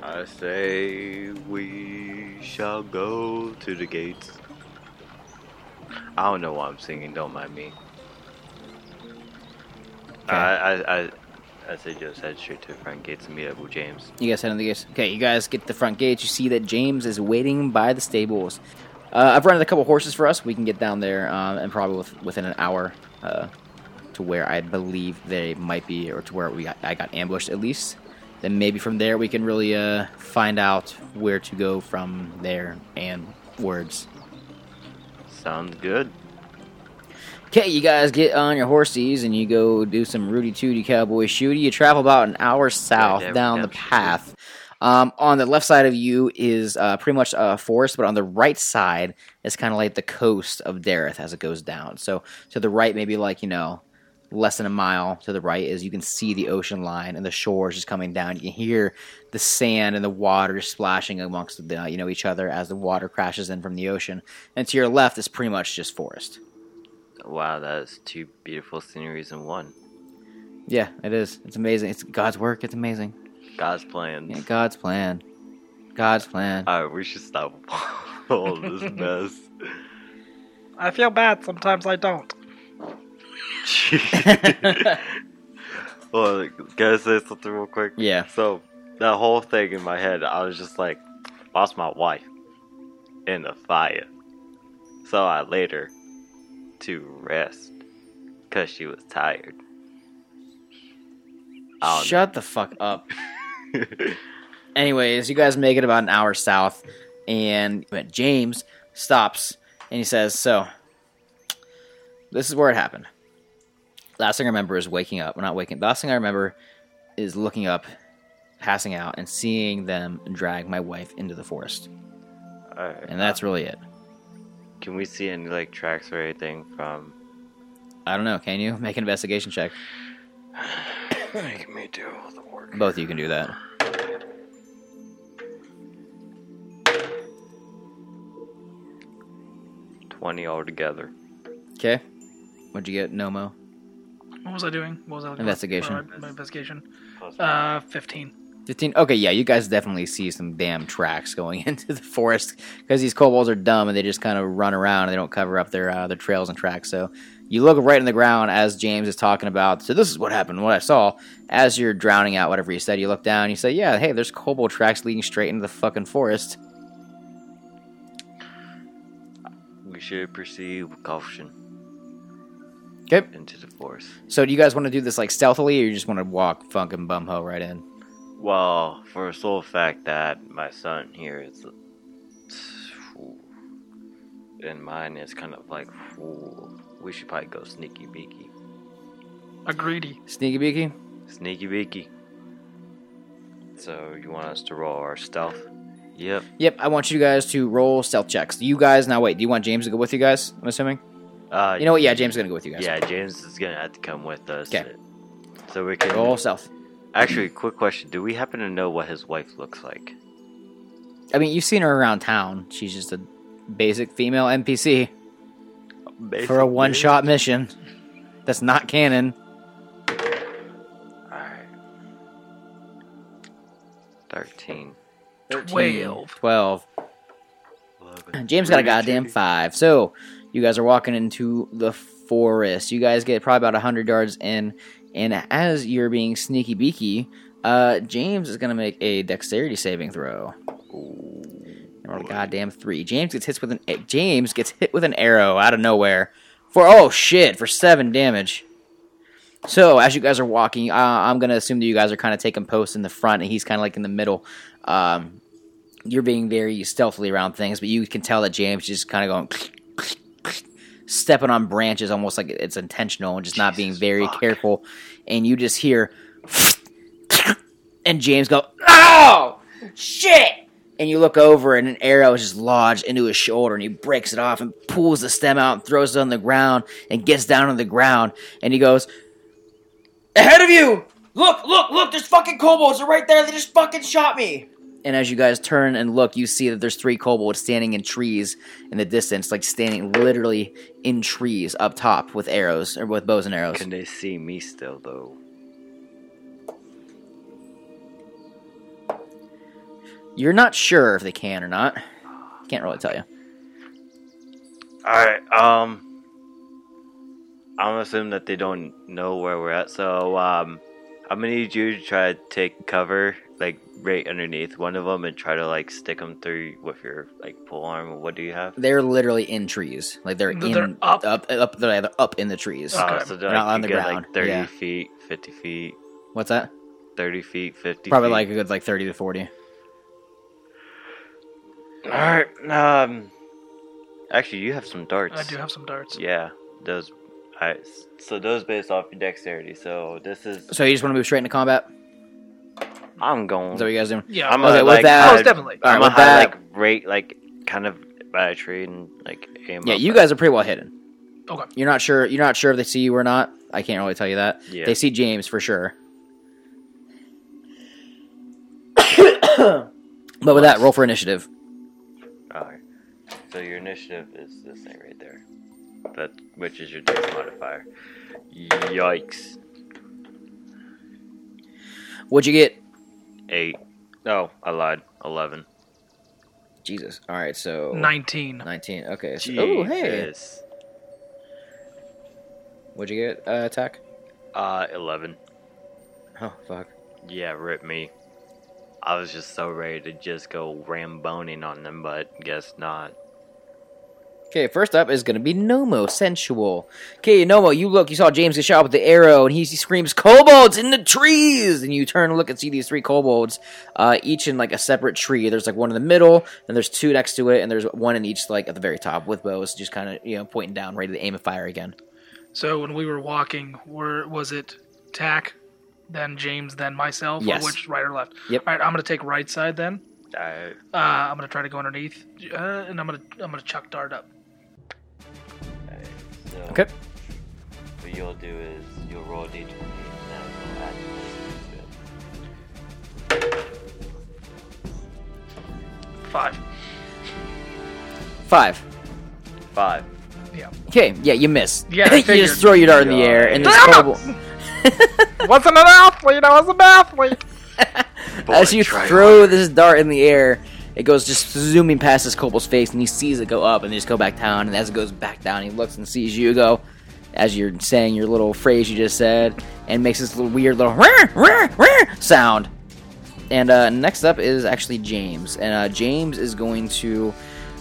S3: I say we shall go to the gates. I don't know why I'm singing. Don't mind me. I, I, I, I said just head straight to the front gates and meet up with James.
S1: You guys head on the gates. Okay, you guys get to the front gate. You see that James is waiting by the stables. Uh, I've rented a couple horses for us. We can get down there um, and probably with, within an hour uh, to where I believe they might be, or to where we got, I got ambushed at least. Then maybe from there we can really uh, find out where to go from there and words.
S3: Sounds good.
S1: Okay, you guys get on your horses and you go do some Rudy Tooty Cowboy Shooty. You travel about an hour south
S3: there we
S1: down
S3: go.
S1: the path. Um, on the left side of you is uh, pretty much a forest, but on the right side is kind of like the coast of Dareth as it goes down. So to the right, maybe like, you know, less than a mile to the right is you can see the ocean line and the shores just coming down. You can hear the sand and the water splashing amongst the, you know each other as the water crashes in from the ocean. And to your left is pretty much just forest.
S3: Wow, that's two beautiful sceneries in one.
S1: Yeah, it is. It's amazing. It's God's work. It's amazing.
S3: God's plans.
S1: Yeah, God's plan. God's plan.
S3: All right, we should stop (laughs) all this mess. (laughs)
S2: I feel bad sometimes. I don't.
S3: well, can I say something real quick?
S1: yeah.
S3: So that whole thing in my head, I was just like, lost my wife in the fire. So I laid her to rest because she was tired. I don't
S1: Shut the fuck up. (laughs)
S3: know.
S1: Anyways, you guys make it about an hour south, and but James stops and he says, "So, this is where it happened." Last thing I remember is waking up. Well, not waking. The last thing I remember is looking up, passing out, and seeing them drag my wife into the forest,
S3: All right.
S1: and that's really it.
S3: Can we see any like tracks or anything from? (clears throat)
S1: I don't know. Can you make an investigation check?
S3: Making me do all the work.
S1: Both of you can do that.
S3: Twenty altogether.
S1: Okay. What'd you get, Nomo?
S2: What was I doing? What was I looking for?
S1: Investigation.
S2: Alright, my investigation. Uh, fifteen.
S1: 15. Okay, yeah, you guys definitely see some damn tracks going (laughs) into the forest because these kobolds are dumb and they just kind of run around and they don't cover up their uh, their trails and tracks. So you look right in the ground as James is talking about, so this is what happened, what I saw. As you're drowning out whatever you said, you look down and you say, yeah, hey, there's kobold tracks leading straight into the fucking forest.
S3: we should proceed with caution
S1: Okay.
S3: into the forest.
S1: So do you guys want to do this like stealthily or you just want to walk fucking bumho right in?
S3: Well, for a sole fact that my son here is, and mine is kind of like, ooh, we should probably go sneaky beaky,
S2: A greedy.
S1: Sneaky beaky?
S3: sneaky beaky. So you want us to roll our stealth? Yep.
S1: Yep, I want you guys to roll stealth checks. You guys, now wait, do you want James to go with you guys? I'm assuming.
S3: Uh,
S1: You know what? Yeah, James is gonna go with you guys.
S3: yeah, James is gonna have to come with us.
S1: 'Kay.
S3: So we can
S1: Roll stealth.
S3: actually. Quick question: Do we happen to know what his wife looks like?
S1: I mean, you've seen her around town. She's just a basic female NPC for a one shot mission. That's not canon.
S3: Alright. 13.
S2: Twelve.
S1: 12. James got a goddamn five. So, you guys are walking into the forest. You guys get probably about 100 yards in. And as you're being sneaky beaky, uh, James is going to make a dexterity saving throw. And we're a goddamn three. James gets hit with an James gets hit with an arrow out of nowhere for oh shit for seven damage. So as you guys are walking, uh, I'm gonna assume that you guys are kind of taking posts in the front, and he's kind of like in the middle. Um, you're being very stealthily around things, but you can tell that James is just kind of going (sniffs) stepping on branches, almost like it's intentional, and just not being
S3: Jesus,
S1: very
S3: fuck.
S1: careful. And you just hear, (sniffs) and James go, "Oh shit!" and you look over and an arrow is just lodged into his shoulder and he breaks it off and pulls the stem out and throws it on the ground and gets down on the ground and he goes ahead of you look look look there's fucking kobolds they're right there they just fucking shot me and as you guys turn and look you see that there's three kobolds standing in trees in the distance like standing literally in trees up top with arrows or with bows and arrows
S3: Can they see me still, though?
S1: You're not sure if they can or not. Can't really tell you.
S3: All right. Um, I'm gonna assume that they don't know where we're at, so um, I'm gonna need you to try to take cover, like right underneath one of them, and try to like stick them through with your like pole arm. What do you have?
S1: They're literally in trees. Like they're in
S2: They're up?
S1: up, up- they're they're up in the trees.
S2: Okay.
S3: Uh, so they're,
S1: They're not
S3: like,
S1: on
S3: you
S1: the
S3: get,
S1: ground,
S3: Like Thirty
S1: yeah.
S3: feet, fifty feet,
S1: What's that?
S3: thirty feet, fifty.
S1: Probably
S3: feet.
S1: like a good like thirty to forty.
S3: All right. Um, actually, you have some darts.
S2: I do have some darts.
S3: Yeah, those. I so those based off your dexterity. So this is.
S1: So you just want to move straight into combat?
S3: I'm going.
S1: Is that what you guys doing?
S2: Yeah.
S3: I'm
S1: Okay,
S3: gonna
S1: with
S3: like,
S1: that-
S3: hide-
S2: Most definitely.
S1: All right,
S3: I'm
S1: with
S3: gonna hide,
S1: that,
S3: like right, like kind of by a tree and like aim.
S1: yeah,
S3: up
S1: you
S3: at-
S1: guys are pretty well hidden.
S2: Okay.
S1: You're not sure. You're not sure if they see you or not. I can't really tell you that.
S3: Yeah.
S1: They see James for sure. (coughs) but with that, roll for initiative.
S3: Alright. So your initiative is this thing right there. That which is your dex modifier. Yikes.
S1: What'd you get?
S3: Eight. No, I lied. Eleven.
S1: Jesus. All right, so
S2: Nineteen.
S1: 19. Okay. So, oh, hey.
S3: Jesus.
S1: What'd you get? Uh, attack.
S3: Uh, eleven.
S1: Oh fuck.
S3: Yeah, rip me. I was just so ready to just go ramboning on them, but guess not.
S1: Okay, first up is gonna be Nomo Sensual. Okay, Nomo, you look, you saw James get shot with the arrow, and he, he screams, "Kobolds in the trees!" And you turn and look and see these three kobolds, uh, each in like a separate tree. There's like one in the middle, and there's two next to it, and there's one in each like at the very top with bows, just kind of you know pointing down, ready to aim and fire again.
S2: So when we were walking, were was it Tack, then James, then myself,
S1: Yes.
S2: or which right or left?
S1: Yep.
S2: All right, I'm gonna take right side then.
S3: I
S2: Uh, I'm gonna try to go underneath, uh, and I'm gonna I'm gonna chuck dart up.
S3: Alright, so
S1: Okay.
S3: What you'll do is you'll roll a d20 and then you'll add your
S2: Five.
S1: Five.
S3: plus two. Five.
S2: Yeah.
S1: Okay, yeah, you miss.
S2: Yeah,
S1: (laughs)
S2: I
S1: you
S2: figured. uh,
S1: just throw your dart in the air, and this
S2: Damn it!
S1: kobold.
S2: Wasn't an athlete. I was an athlete.
S1: As you throw this dart in the air, it goes just zooming past this kobold's face, and he sees it go up, and they just go back down. And as it goes back down, he looks and sees you go, as you're saying your little phrase you just said, and makes this little weird little "Rah, rah, rah" sound. And uh, next up is actually James, and uh, James is going to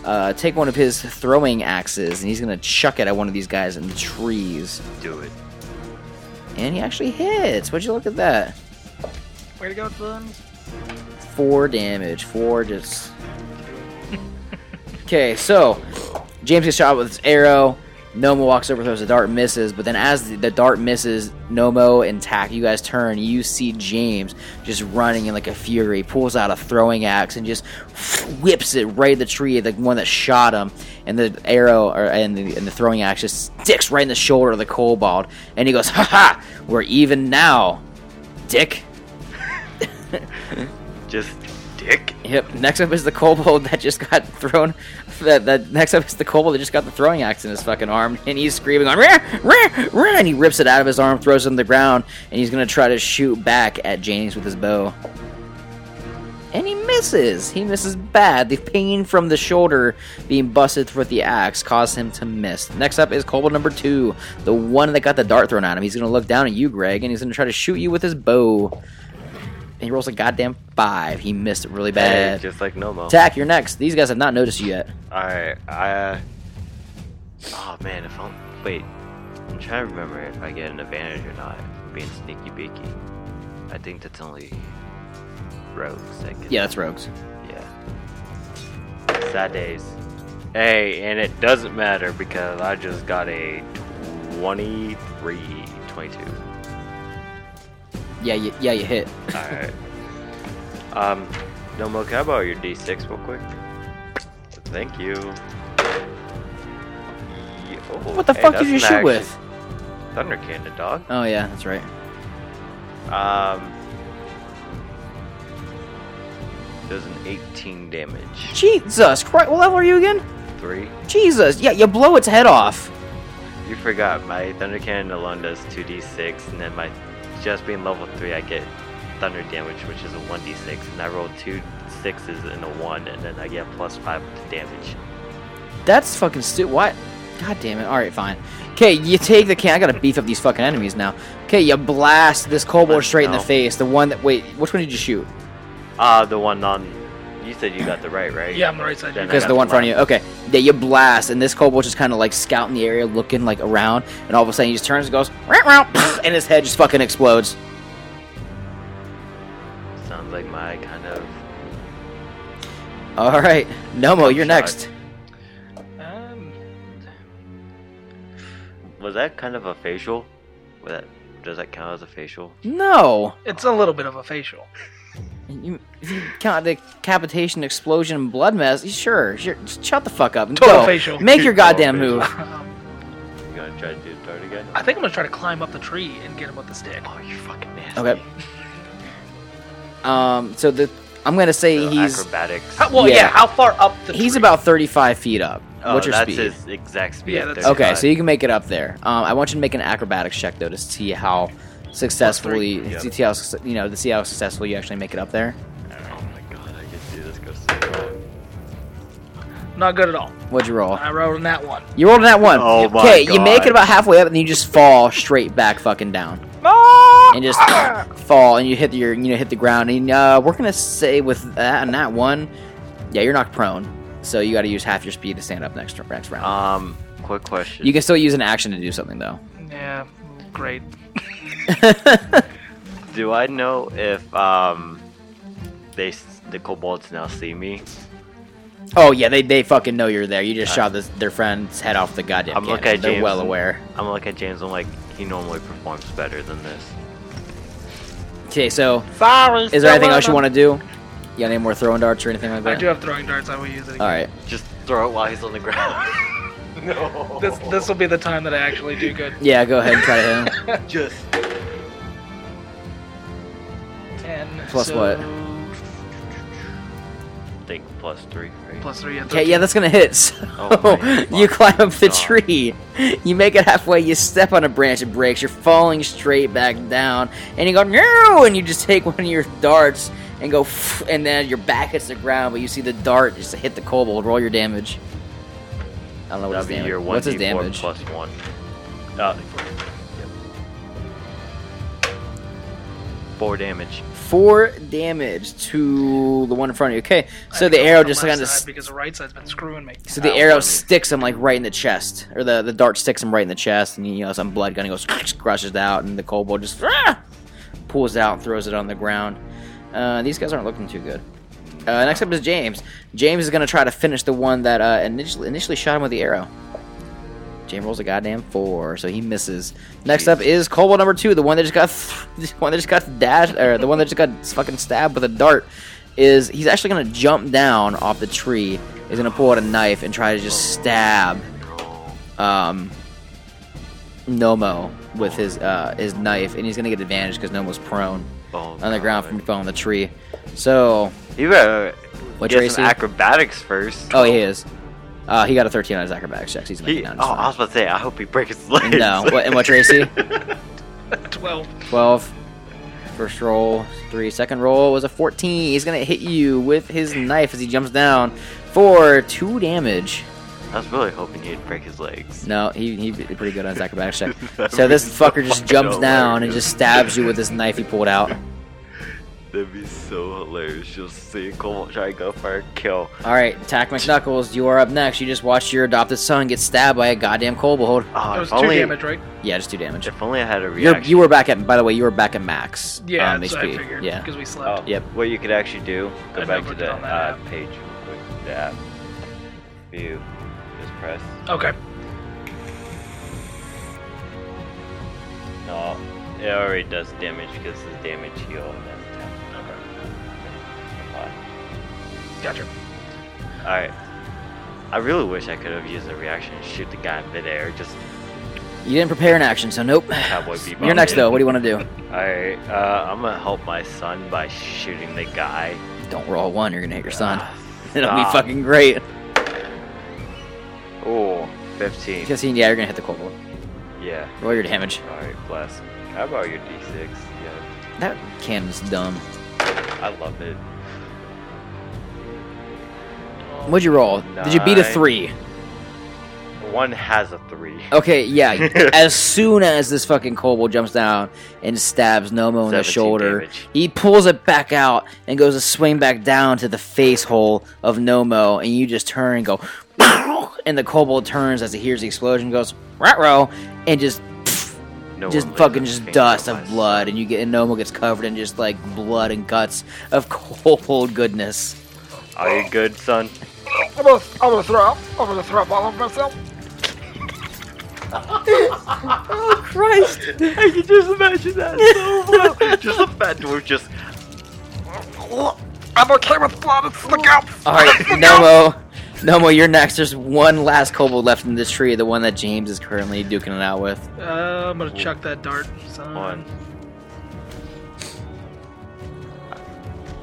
S1: uh, take one of his throwing axes, and he's going to chuck it at one of these guys in the trees.
S3: Do it.
S1: And he actually hits. Would you look at that?
S2: Way to go, Dylan.
S1: four damage. Four just. (laughs) Okay, so James gets shot with his arrow. Nomo walks over, throws a dart, misses. But then, as the, the dart misses, Nomo and Tack, you guys turn. You see James just running in like a fury, pulls out a throwing axe and just whips it right at the tree, the one that shot him. And the arrow or, and, the, and the throwing axe just sticks right in the shoulder of the kobold. And he goes, "Ha ha! We're even now, Dick."
S3: Just dick.
S1: Yep. Next up is the kobold that just got thrown. That, that next up is the kobold that just got the throwing axe in his fucking arm, and he's screaming on rah, rah, rah, and he rips it out of his arm, throws it on the ground, and he's gonna try to shoot back at James with his bow. And he misses. He misses bad. The pain from the shoulder being busted with the axe caused him to miss. Next up is kobold number two, the one that got the dart thrown at him. He's gonna look down at you, Greg, and he's gonna try to shoot you with his bow. And he rolls a goddamn five. He missed it really
S3: Hey,
S1: bad.
S3: just like Nomo.
S1: Oh. Tack, you're next. These guys have not noticed you yet.
S3: Alright, I. uh, Oh man, if I'm. Wait. I'm trying to remember if I get an advantage or not. Being sneaky beaky. I think that's only. Rogues that get
S1: Yeah, that's rogues.
S3: Yeah. Sad days. Hey, and it doesn't matter because I just got a 23. 22.
S1: Yeah, you, yeah, you hit.
S3: Alright. um, Nomo, can I borrow your D6 real quick? Thank you. Ye- oh,
S1: (laughs) What the
S3: hey,
S1: fuck
S3: that's
S1: did you
S3: an
S1: shoot
S3: action.
S1: with?
S3: Thunder Cannon, dog.
S1: Oh yeah, that's right. Uh.
S3: Um. Does an 18 damage.
S1: Jesus Christ! What level are you again?
S3: Three.
S1: Jesus! Yeah, you blow its head off.
S3: You forgot my Thunder Cannon alone does 2d6, and then my just being level 3, I get thunder damage, which is a 1d6, and I rolled two sixes and a one, and then I get plus five to damage.
S1: That's fucking stupid. What? God damn it. All right, fine. Okay, you take the can. I gotta beef up these fucking enemies now. Okay, you blast this kobold
S3: Let's
S1: straight in the
S3: go.
S1: face. The one that. Wait, which one did you shoot?
S3: Uh, the one on. You said you got the right, right?
S2: Yeah, I'm the right side.
S3: Then I
S1: Because
S3: got
S1: the one in front of you.
S3: left.
S1: Okay. Yeah, you blast, and this kobold just kind of like scouting the area, looking like around, and all of a sudden he just turns and goes, (laughs) "Row, row," and his head just fucking explodes.
S3: Sounds like my kind of.
S1: All right, Nomo, you're
S3: Shot.
S1: next.
S2: Um,
S3: Was that kind of a facial? Was that, does that count as a facial?
S1: No,
S2: it's a little bit of a facial.
S1: you, if you count the decapitation, explosion, and blood mess. Sure, sure. Just shut the fuck up and
S2: Total
S1: go.
S2: facial.
S1: Make your
S3: Total
S1: goddamn
S3: facial.
S1: move.
S2: (laughs) Um,
S3: You gonna try to do the dart again?
S2: I think I'm gonna try to climb up the tree and get him with the stick.
S3: Oh, you fucking nasty.
S1: Okay. Um, so the I'm gonna say
S3: So
S1: he's
S3: acrobatics.
S2: How, well,
S1: Yeah.
S2: yeah. How far up the?
S1: he's
S2: tree?
S1: about 35 feet up.
S3: Oh,
S1: What's your
S3: that's
S1: speed?
S3: his exact speed.
S2: Yeah,
S3: at
S2: that's-
S1: Okay,
S3: 35.
S1: so you can make it up there. Um, I want you to make an acrobatics check though to see how successfully,
S3: Plus
S1: to
S3: three.
S1: see how suc- you know, to see how successful you actually make it up there.
S3: Oh my god, I can see this go so wrong.
S2: not good at all.
S1: What'd you roll?
S2: I rolled in that one.
S1: You rolled in that one.
S3: Oh my
S1: okay, you make
S3: God.
S1: it about halfway up, and then you just fall straight back, fucking down,
S2: Ah!
S1: and just fall, and you hit your, you know, hit the ground. And uh, we're gonna say with that and that one, yeah, you're knocked prone, so you got to use half your speed to stand up next next round.
S3: Um, quick question.
S1: you can still use an action to do something though.
S2: Yeah, great.
S3: Do I know if um they s- the kobolds now see me?
S1: Oh yeah, they, they fucking know you're there. You just shot this, their friend's head off the goddamn.
S3: I'm
S1: cannon.
S3: looking at
S1: They're
S3: James.
S1: well aware.
S3: I'm gonna look at James. I'm like, he normally performs better than this.
S1: Okay, so
S2: Sorry.
S1: is there anything else you want to do? You got any more throwing darts or anything like
S2: I
S1: that?
S2: do have throwing darts. I will use it. Again.
S1: All right.
S3: Just throw it while he's on the ground. no.
S2: This this will be the time that I actually do good.
S1: Yeah, go ahead and try to hit him.
S3: just.
S2: Ten.
S1: Plus
S2: so-
S3: I think plus three. Right?
S2: Plus three.
S1: Okay, yeah, that's gonna hit. (laughs) So
S3: Oh my
S1: you
S3: fucking
S1: climb up the
S3: God.
S1: tree, you make it halfway, you step on a branch, it breaks. You're falling straight back down, and you go no, and you just take one of your darts and go, (laughs) "Pff," and then your back hits the ground, but you see the dart just hit the kobold. Roll your damage. I don't know what
S3: That'd
S1: his
S3: be
S1: damage.
S3: your one
S1: What's his
S3: D4
S1: damage?
S3: plus one. Uh, Four damage.
S1: Four damage to the one in front of you. Okay,
S2: I
S1: so
S2: have to
S1: the
S2: go
S1: arrow
S2: from the
S1: just
S2: left
S1: kind of
S2: side because the right side's been screwing me.
S1: So the
S3: Ow,
S1: arrow
S3: buddy.
S1: sticks him like right in the chest, or the, the dart sticks him right in the chest, and you know some blood gunning goes (laughs) crushes it out, and the kobold just "Ah!" pulls it out and throws it on the ground. Uh, these guys aren't looking too good. Uh, next up is James. James is gonna try to finish the one that uh, initially initially shot him with the arrow. James rolls a goddamn four, so he misses. Next up is kobold number two, the one that just got (laughs) the one that just got dashed, or the one that just got fucking stabbed with a dart. Is he's actually gonna jump down off the tree? He's gonna pull out a knife and try to just stab um, Nomo with his uh, his knife, and he's gonna get advantage because Nomo's prone
S3: Oh,
S1: on the ground from falling on the tree. So
S3: You better
S1: What's your
S3: get some
S1: AC?
S3: acrobatics first.
S1: Oh, he is. Uh, he got a 13 on his acrobatics checks. He's
S3: He,
S1: making
S3: oh,
S1: nine. it's
S3: I
S1: fine.
S3: was about to say, I hope he breaks his legs.
S1: No. What, and what's your AC?
S2: Twelve.
S1: 12. First roll, three. Second roll was a 14. He's going to hit you with his knife as he jumps down for two damage.
S3: (laughs) I was really hoping he'd break his legs.
S1: No, he, he did pretty good on
S3: (laughs)
S1: his acrobatics check.
S3: That
S1: So
S3: would
S1: this
S3: be so
S1: fucker just
S3: fucking
S1: jumps down and
S3: hilarious.
S1: just stabs you with his knife he pulled out.
S3: That'd be so hilarious. You'll see Cole try to go for a kill.
S1: All right, Tack McNuckles, you are up next. You just watched your adopted son get stabbed by a goddamn kobold.
S3: Oh,
S2: It was
S3: if
S2: two
S3: only,
S2: damage, right?
S1: Yeah, just two damage.
S3: If only I had a
S1: You're,
S3: reaction.
S1: you were back at, by the way, you were back at max.
S2: Yeah,
S1: um,
S2: that's what I figured.
S1: Yeah.
S2: Because we slept.
S3: Oh,
S1: Yep.
S3: What you could actually do, go
S2: I
S3: back to
S2: never did
S3: the
S2: on that
S3: uh,
S2: app.
S3: page real quick. The app. View. Just press.
S2: Okay.
S3: No. It already does damage because it's damage heal and then attack.
S2: Gotcha.
S3: Alright. I really wish I could have used a reaction and shoot the guy in midair. Just
S1: You didn't prepare an action, so nope.
S3: cowboy bebop.
S1: You're next though. What do you want to do?
S3: Alright, uh, I'm gonna help my son by shooting the guy.
S1: Don't roll a one. You're gonna hit your son.
S3: Ah,
S1: It'll be
S3: stop.
S1: fucking great.
S3: Ooh, 15.
S1: Because yeah, you're gonna hit the kobold.
S3: Yeah.
S1: Roll your damage.
S3: Alright, bless. How about your d6? Yeah.
S1: That cannon's dumb.
S3: I love it.
S1: What'd you roll? Did you beat a
S3: Nine.
S1: three?
S3: One has a three.
S1: Okay, Oh, yeah.
S3: (laughs)
S1: as soon as this fucking kobold jumps down and stabs Nomo in
S3: 17
S1: the shoulder,
S3: damage.
S1: he pulls it back out and goes to swing back down to the face hole of Nomo, and you just turn and go, (laughs) "Pow!" and the kobold turns as he hears the explosion, goes, rat row, and just
S3: No one
S1: just
S3: lives
S1: fucking
S3: in
S1: just
S3: Phoenix
S1: dust of
S3: otherwise.
S1: blood, and you get and Nomo gets covered in just like blood and guts of (laughs) kobold goodness.
S3: Are you good,
S1: (laughs)
S3: son? (laughs)
S2: I'm gonna, I'm gonna throw up. I'm gonna throw up all over myself.
S1: Christ!
S3: I can just imagine that so well. just a fat dwarf just.
S2: I'm okay with blood. It's look out.
S1: (laughs) All right, Nomo, Nomo, you're next. There's one last kobold left in this tree, the one that James is currently duking it out with.
S2: Uh, I'm gonna chuck that dart, son.
S3: One.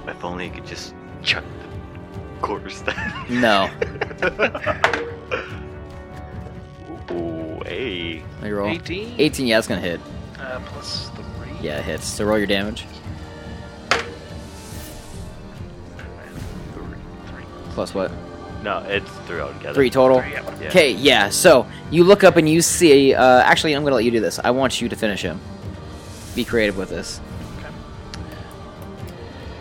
S3: If only you could just chuck the quarter staff.
S1: No,
S3: (laughs) Ooh, hey.
S1: let me roll.
S2: 18.
S1: 18, yeah, that's gonna hit.
S2: Uh, plus three.
S1: Yeah, it hits. So roll your damage. Plus what?
S3: No, it's three altogether. (laughs)
S1: Three total.
S2: Three, yeah.
S3: Yeah.
S1: Okay, yeah. So you look up and you see. Uh, actually, I'm gonna let you do this. I want you to finish him. Be creative with this.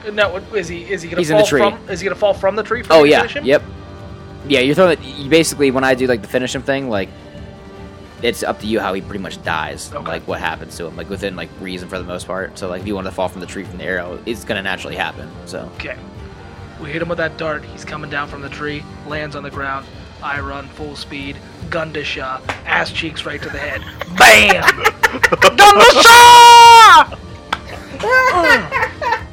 S2: uh, No, what, is he? Is he gonna
S1: He's in
S2: fall
S1: the tree.
S2: from? Is he gonna fall from the tree? For
S1: Oh
S2: me to
S1: yeah.
S2: finish him?
S1: Yep. Yeah, you're throwing. It, you basically, when I do like the finish him thing, like it's up to you how he pretty much dies,
S2: Okay.
S1: like what happens to him, like within like reason for the most part. So like if you want to fall from the tree from the arrow, it's gonna naturally happen. So
S2: Okay. We hit him with that dart. He's coming down from the tree, lands on the ground. I run full speed, Gundasha, ass cheeks right to the head. Bam! Gundasha!
S1: (laughs)
S3: Jesus Christ.
S1: (laughs)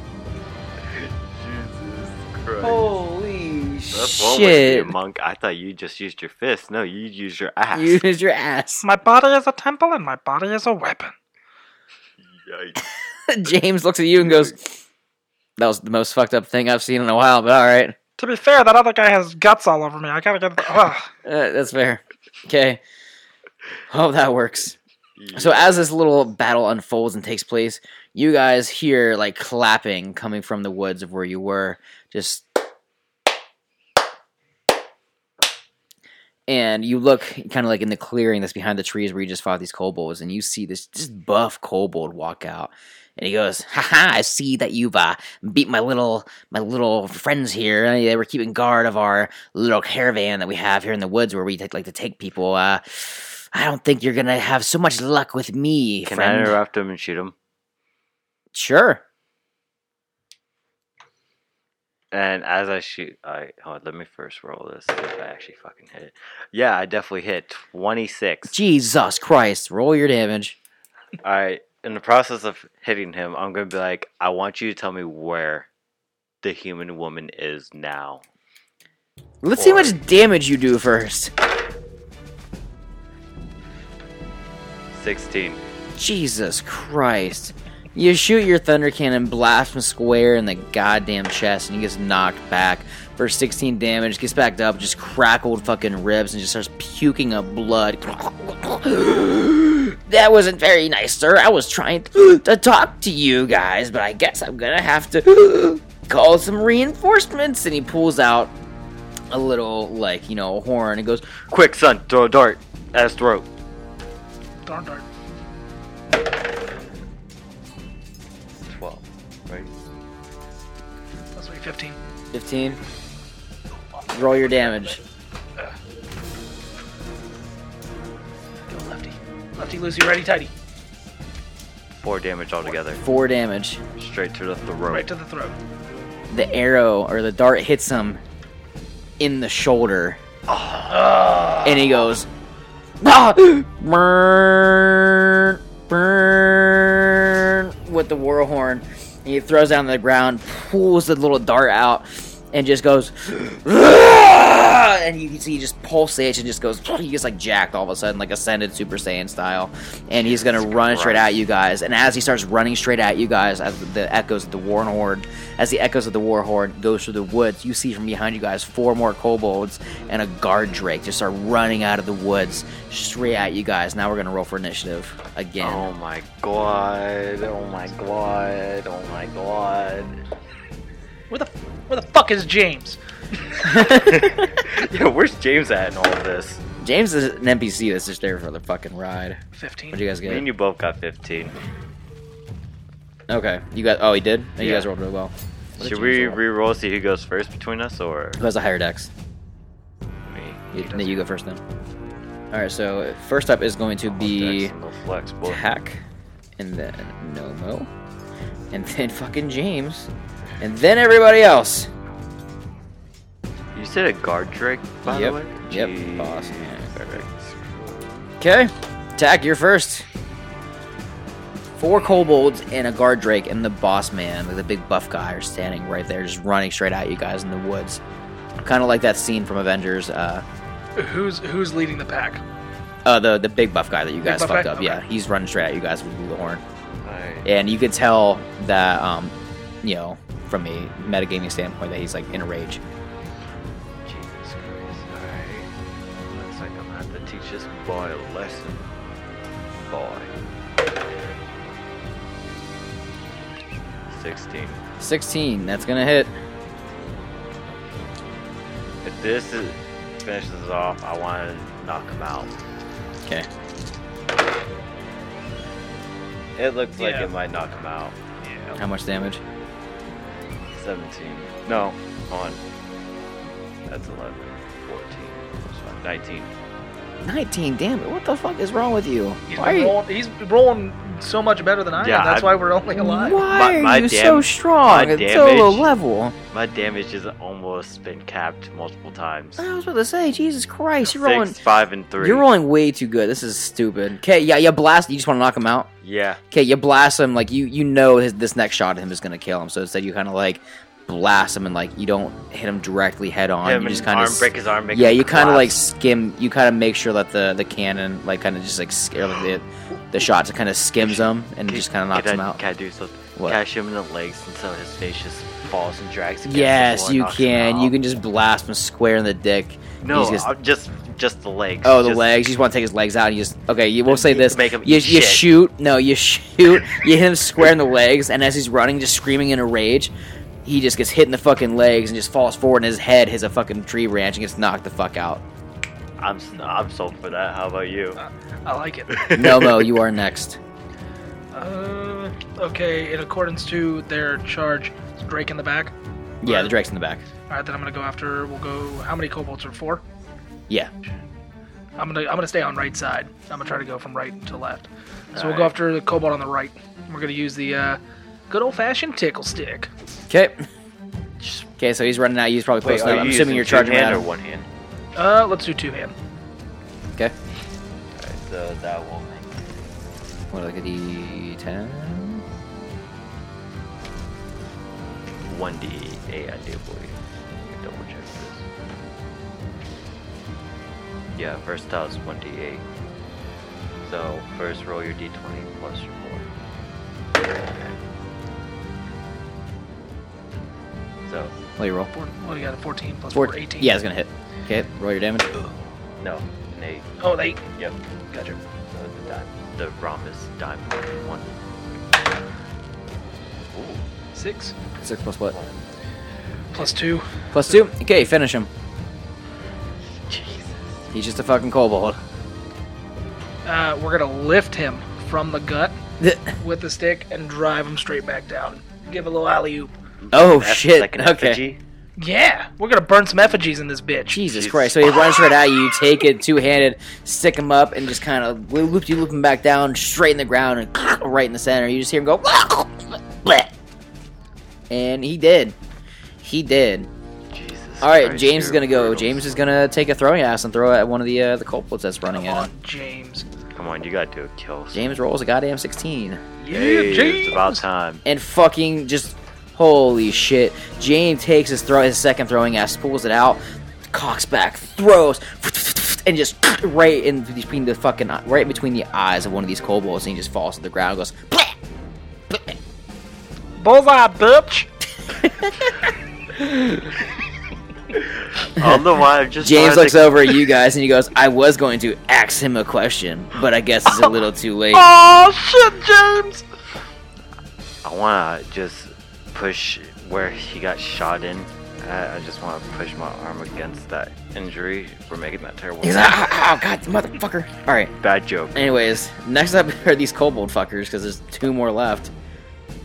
S1: Oh, holy
S3: That's one with
S1: (laughs)
S3: you, monk. I thought you just used your fist. No, you used your ass.
S1: Use your ass.
S2: my body is a temple and my body is a weapon.
S3: (laughs) Yikes.
S1: (laughs) James looks at you and goes, "That was the most fucked up thing I've seen in a while." But all right,
S2: To be fair, that other guy has guts all over me. I gotta get. Ugh.
S1: uh, that's fair. Okay. Oh, that works. (laughs) So as this little battle unfolds and takes place, you guys hear like clapping coming from the woods of where you were. Just and you look kind of like in the clearing that's behind the trees where you just fought these kobolds, and you see this just buff kobold walk out. And he goes, "Ha ha! I see that you've uh, beat my little my little friends here. Uh, They were keeping guard of our little caravan that we have here in the woods where we take- like to take people. Uh, I don't think you're gonna have so much luck with me,
S3: Can I
S1: friend.
S3: interrupt him and shoot him?
S1: Sure.
S3: And as I shoot, I hold. on, Let me first roll this. See if I actually fucking hit it. Yeah, I definitely hit twenty
S1: (laughs)
S3: six.
S1: Jesus Christ! Roll your damage.
S3: All right. In the process of hitting him, I'm gonna be like, I want you to tell me where the human woman is now.
S1: Let's see how
S3: Four.
S1: much damage you do first.
S3: Sixteen.
S1: Jesus Christ. You shoot your thunder cannon, blast him square in the goddamn chest, and he gets knocked back for 16 damage. Gets backed up, just crackled fucking ribs, and just starts puking up blood. (gasps) that wasn't very nice, sir. I was trying to talk to you guys, but I guess I'm gonna have to (gasps) call some reinforcements. And he pulls out a little, like, you know, horn and goes,
S3: Quick, son, throw a dart at his throat.
S2: Darn dart.
S3: Twelve. Right.
S2: That's like 15.
S1: 15. Roll your damage.
S2: Go lefty. Lefty, loosey, righty, tighty.
S3: Four damage altogether.
S1: Four damage.
S3: Straight to the throat.
S2: Right to the throat.
S1: the arrow or the dart hits him in the shoulder. And he goes, ah! burn, burn, with the war horn. And he throws down to the ground, pulls the little dart out, and just goes, "Ah!" and you can see he just pulsates and just goes, he gets like jacked all of a sudden, like ascended Super Saiyan style. And he's gonna
S3: Jesus
S1: run straight
S3: Christ.
S1: at you guys. And as he starts running straight at you guys, as the echoes of the war horde, as the echoes of the war horde goes through the woods, you see from behind you guys four more kobolds and a guard drake just start running out of the woods straight at you guys. Now we're gonna roll for initiative again.
S3: Oh my god. Oh my god. Oh my god.
S1: (laughs)
S2: Where the, where the fuck is James?
S3: yeah, where's James at in all of this?
S1: James is an NPC that's just there for the fucking ride. What'd
S2: 15.
S1: you guys
S3: Me and
S1: get?
S3: you both got 15.
S1: Okay, you guys. Oh, he did. You
S3: Yeah.
S1: guys rolled really well. What did
S3: Should
S1: James
S3: we
S1: roll?
S3: re-roll see who goes first between us or
S1: Who has a higher dex?
S3: me?
S1: You, Nate, you go first then. All right. So first up is going to be
S3: Jackson, little flex boy.
S1: Hack, and then Nomo, and then fucking James, and then everybody else.
S3: You said a guard trick, by
S1: Yep.
S3: the way.
S1: Yep,
S3: Jeez.
S1: boss, yeah, Okay, attack. You're first. Four kobolds and a guard drake and the boss man, like the big buff guy, are standing right there, just running straight at you guys in the woods. Kind of like that scene from Avengers. Uh,
S2: Who's who's leading the pack?
S1: uh, the the big buff guy that you guys
S2: buff
S1: fucked
S2: guy?
S1: up. Yeah,
S2: Okay.
S1: he's running straight at you guys with the horn.
S3: Alright.
S1: and you could tell that um, you know from a metagaming standpoint that he's like in a rage
S3: Jesus Christ. Alright. Looks like I'm gonna have to teach this boy a lesson. Boy. 16.
S1: 16 that's gonna hit
S3: If this is, finishes off, I want to knock him out.
S1: okay
S3: It looks like
S2: Yeah.
S3: it might knock him out. Yeah.
S1: how much damage
S3: 17. No, hold on. That's 11. 14. That's fine. 19.
S1: 19 damn it what the fuck is wrong with you
S2: He's
S1: why are
S2: been
S1: you,
S2: rolling, he's rolling so much better than I
S3: Yeah,
S2: am. That's
S3: I-
S2: why we're only alive.
S1: why
S3: My-
S1: are
S3: my
S1: you
S3: dam-
S1: so strong
S3: my
S1: at so low
S3: damage-
S1: level
S3: My damage has almost been capped multiple times.
S1: i was about to say jesus christ you're
S3: Six,
S1: Oh, rolling
S3: five, and 3
S1: you're rolling way too good this is stupid okay yeah you blast you just want to knock him out
S3: Yeah.
S1: Okay, you blast him like you you know his, this next shot at him is gonna kill him. So instead, you kind of like blast him and like you don't hit him directly head on.
S3: Hit him
S1: you
S3: in
S1: just
S3: his
S1: kind
S3: arm,
S1: of
S3: break his arm, make
S1: yeah,
S3: him
S1: you kind of like
S3: collapse.
S1: skim. You kind of make sure that the the cannon like kind of just like scare like, the the shot to kind of skims him and
S3: Can-
S1: just kind
S3: can
S1: of knocks
S3: I-
S1: him out.
S3: Can I do something?
S1: What?
S3: Catch him in the legs until his face just falls and drags against the
S1: Yes,
S3: floor and
S1: you
S3: knocks him
S1: can.
S3: out.
S1: You can just blast him square in the dick.
S3: No,
S1: He's just-
S3: I'm just just the legs.
S1: Oh, the
S3: Just-
S1: legs. You just want to take his legs out. And you just okay. You will say
S3: Make-
S1: this.
S3: make him
S1: you,
S3: eat
S1: you
S3: shit.
S1: shoot. No, you shoot. you hit him square in the legs, and as he's running, just screaming in a rage, he just gets hit in the fucking legs and just falls forward, and his head hits a fucking tree branch and gets knocked the fuck out.
S3: I'm s- I'm sold for that. How about you?
S2: I like
S3: (laughs)
S2: it.
S1: Nomo, you are next.
S2: Uh, okay, in accordance to their charge, is Drake in the back.
S1: Yeah, the drake's in the back.
S2: All right, then I'm gonna go after. We'll go. How many kobolds are four?
S1: Yeah,
S2: I'm gonna I'm gonna stay on right side. I'm gonna try to go from right to left. So we'll
S3: Alright.
S2: go after the kobold on the right. We're gonna use the uh, good old fashioned tickle stick.
S1: Okay. Okay, so he's running out. He's probably close
S3: are
S1: enough. I'm
S3: you
S1: assuming
S3: using
S1: you're charging
S3: two
S1: him
S3: hand or
S1: out.
S3: one hand.
S2: Uh, let's do two hand.
S1: Okay.
S3: Alright, so that will make
S1: What like a E D10?
S3: one d eight. I do believe. Let me Double check this. Yeah, first tile is one d eight. So first roll your d twenty plus your four. So
S1: What do you roll?
S2: Four, what do you got? A 14 plus
S1: Four-
S2: four, 18.
S1: Yeah, it's gonna hit. Okay, roll your damage.
S3: no, an eight.
S2: Oh, they.
S3: Yep.
S2: Gotcha.
S3: So the dime, the rhombus dime one. Ooh,
S2: Six
S1: Six plus what?
S2: plus two.
S1: Plus two. Okay, finish him.
S3: Jesus.
S1: He's just a fucking kobold.
S2: Uh, we're gonna lift him from the gut
S1: Th-
S2: with the stick and drive him straight back down. Give a little alley oop.
S1: (laughs) Oh
S3: That's
S1: shit!
S3: Like an
S1: okay.
S3: effigy.
S2: Yeah, we're gonna burn some effigies in this bitch.
S1: Jesus
S3: Jesus.
S1: Christ! So he runs right at you. You take it two handed, stick him up, and just kind of loop you, loop him back down, straight in the ground, and (clears throat) right in the center. You just hear him go, (laughs) bleh. and he did. He did.
S3: Jesus.
S1: All right,
S3: Christ,
S1: James is
S3: you're
S1: gonna go.
S3: brutal.
S1: James is gonna take a throwing ass and throw it at one of the uh, the culprits that's running
S2: Come
S1: at
S2: on,
S1: him.
S2: James.
S3: Come on, you gotta do a kill.
S1: James rolls a goddamn sixteen.
S2: Yeah,
S3: Hey,
S2: James.
S3: It's about time.
S1: and fucking just holy shit. James takes his throw his second throwing ass, pulls it out, cocks back, throws, and just right in between the fucking right between the eyes of one of these kobolds, and he just falls to the ground and goes. "Bleh!"
S2: Bullseye, bitch.
S3: I don't know why I'm just.
S1: (laughs) James
S3: trying
S1: looks
S3: to think-
S1: over at you guys and he goes, "I was going to ask him a question, but I guess it's a little too
S2: (laughs)
S1: late."
S2: Oh shit, James.
S3: I wanna just push where he got shot in. And I, I just want to push my arm against that injury for making that terrible
S1: He's like, "Ah, ah, ah, God, motherfucker. All right.
S3: bad joke
S1: Anyways, next up (laughs) are these kobold fuckers because there's two more left.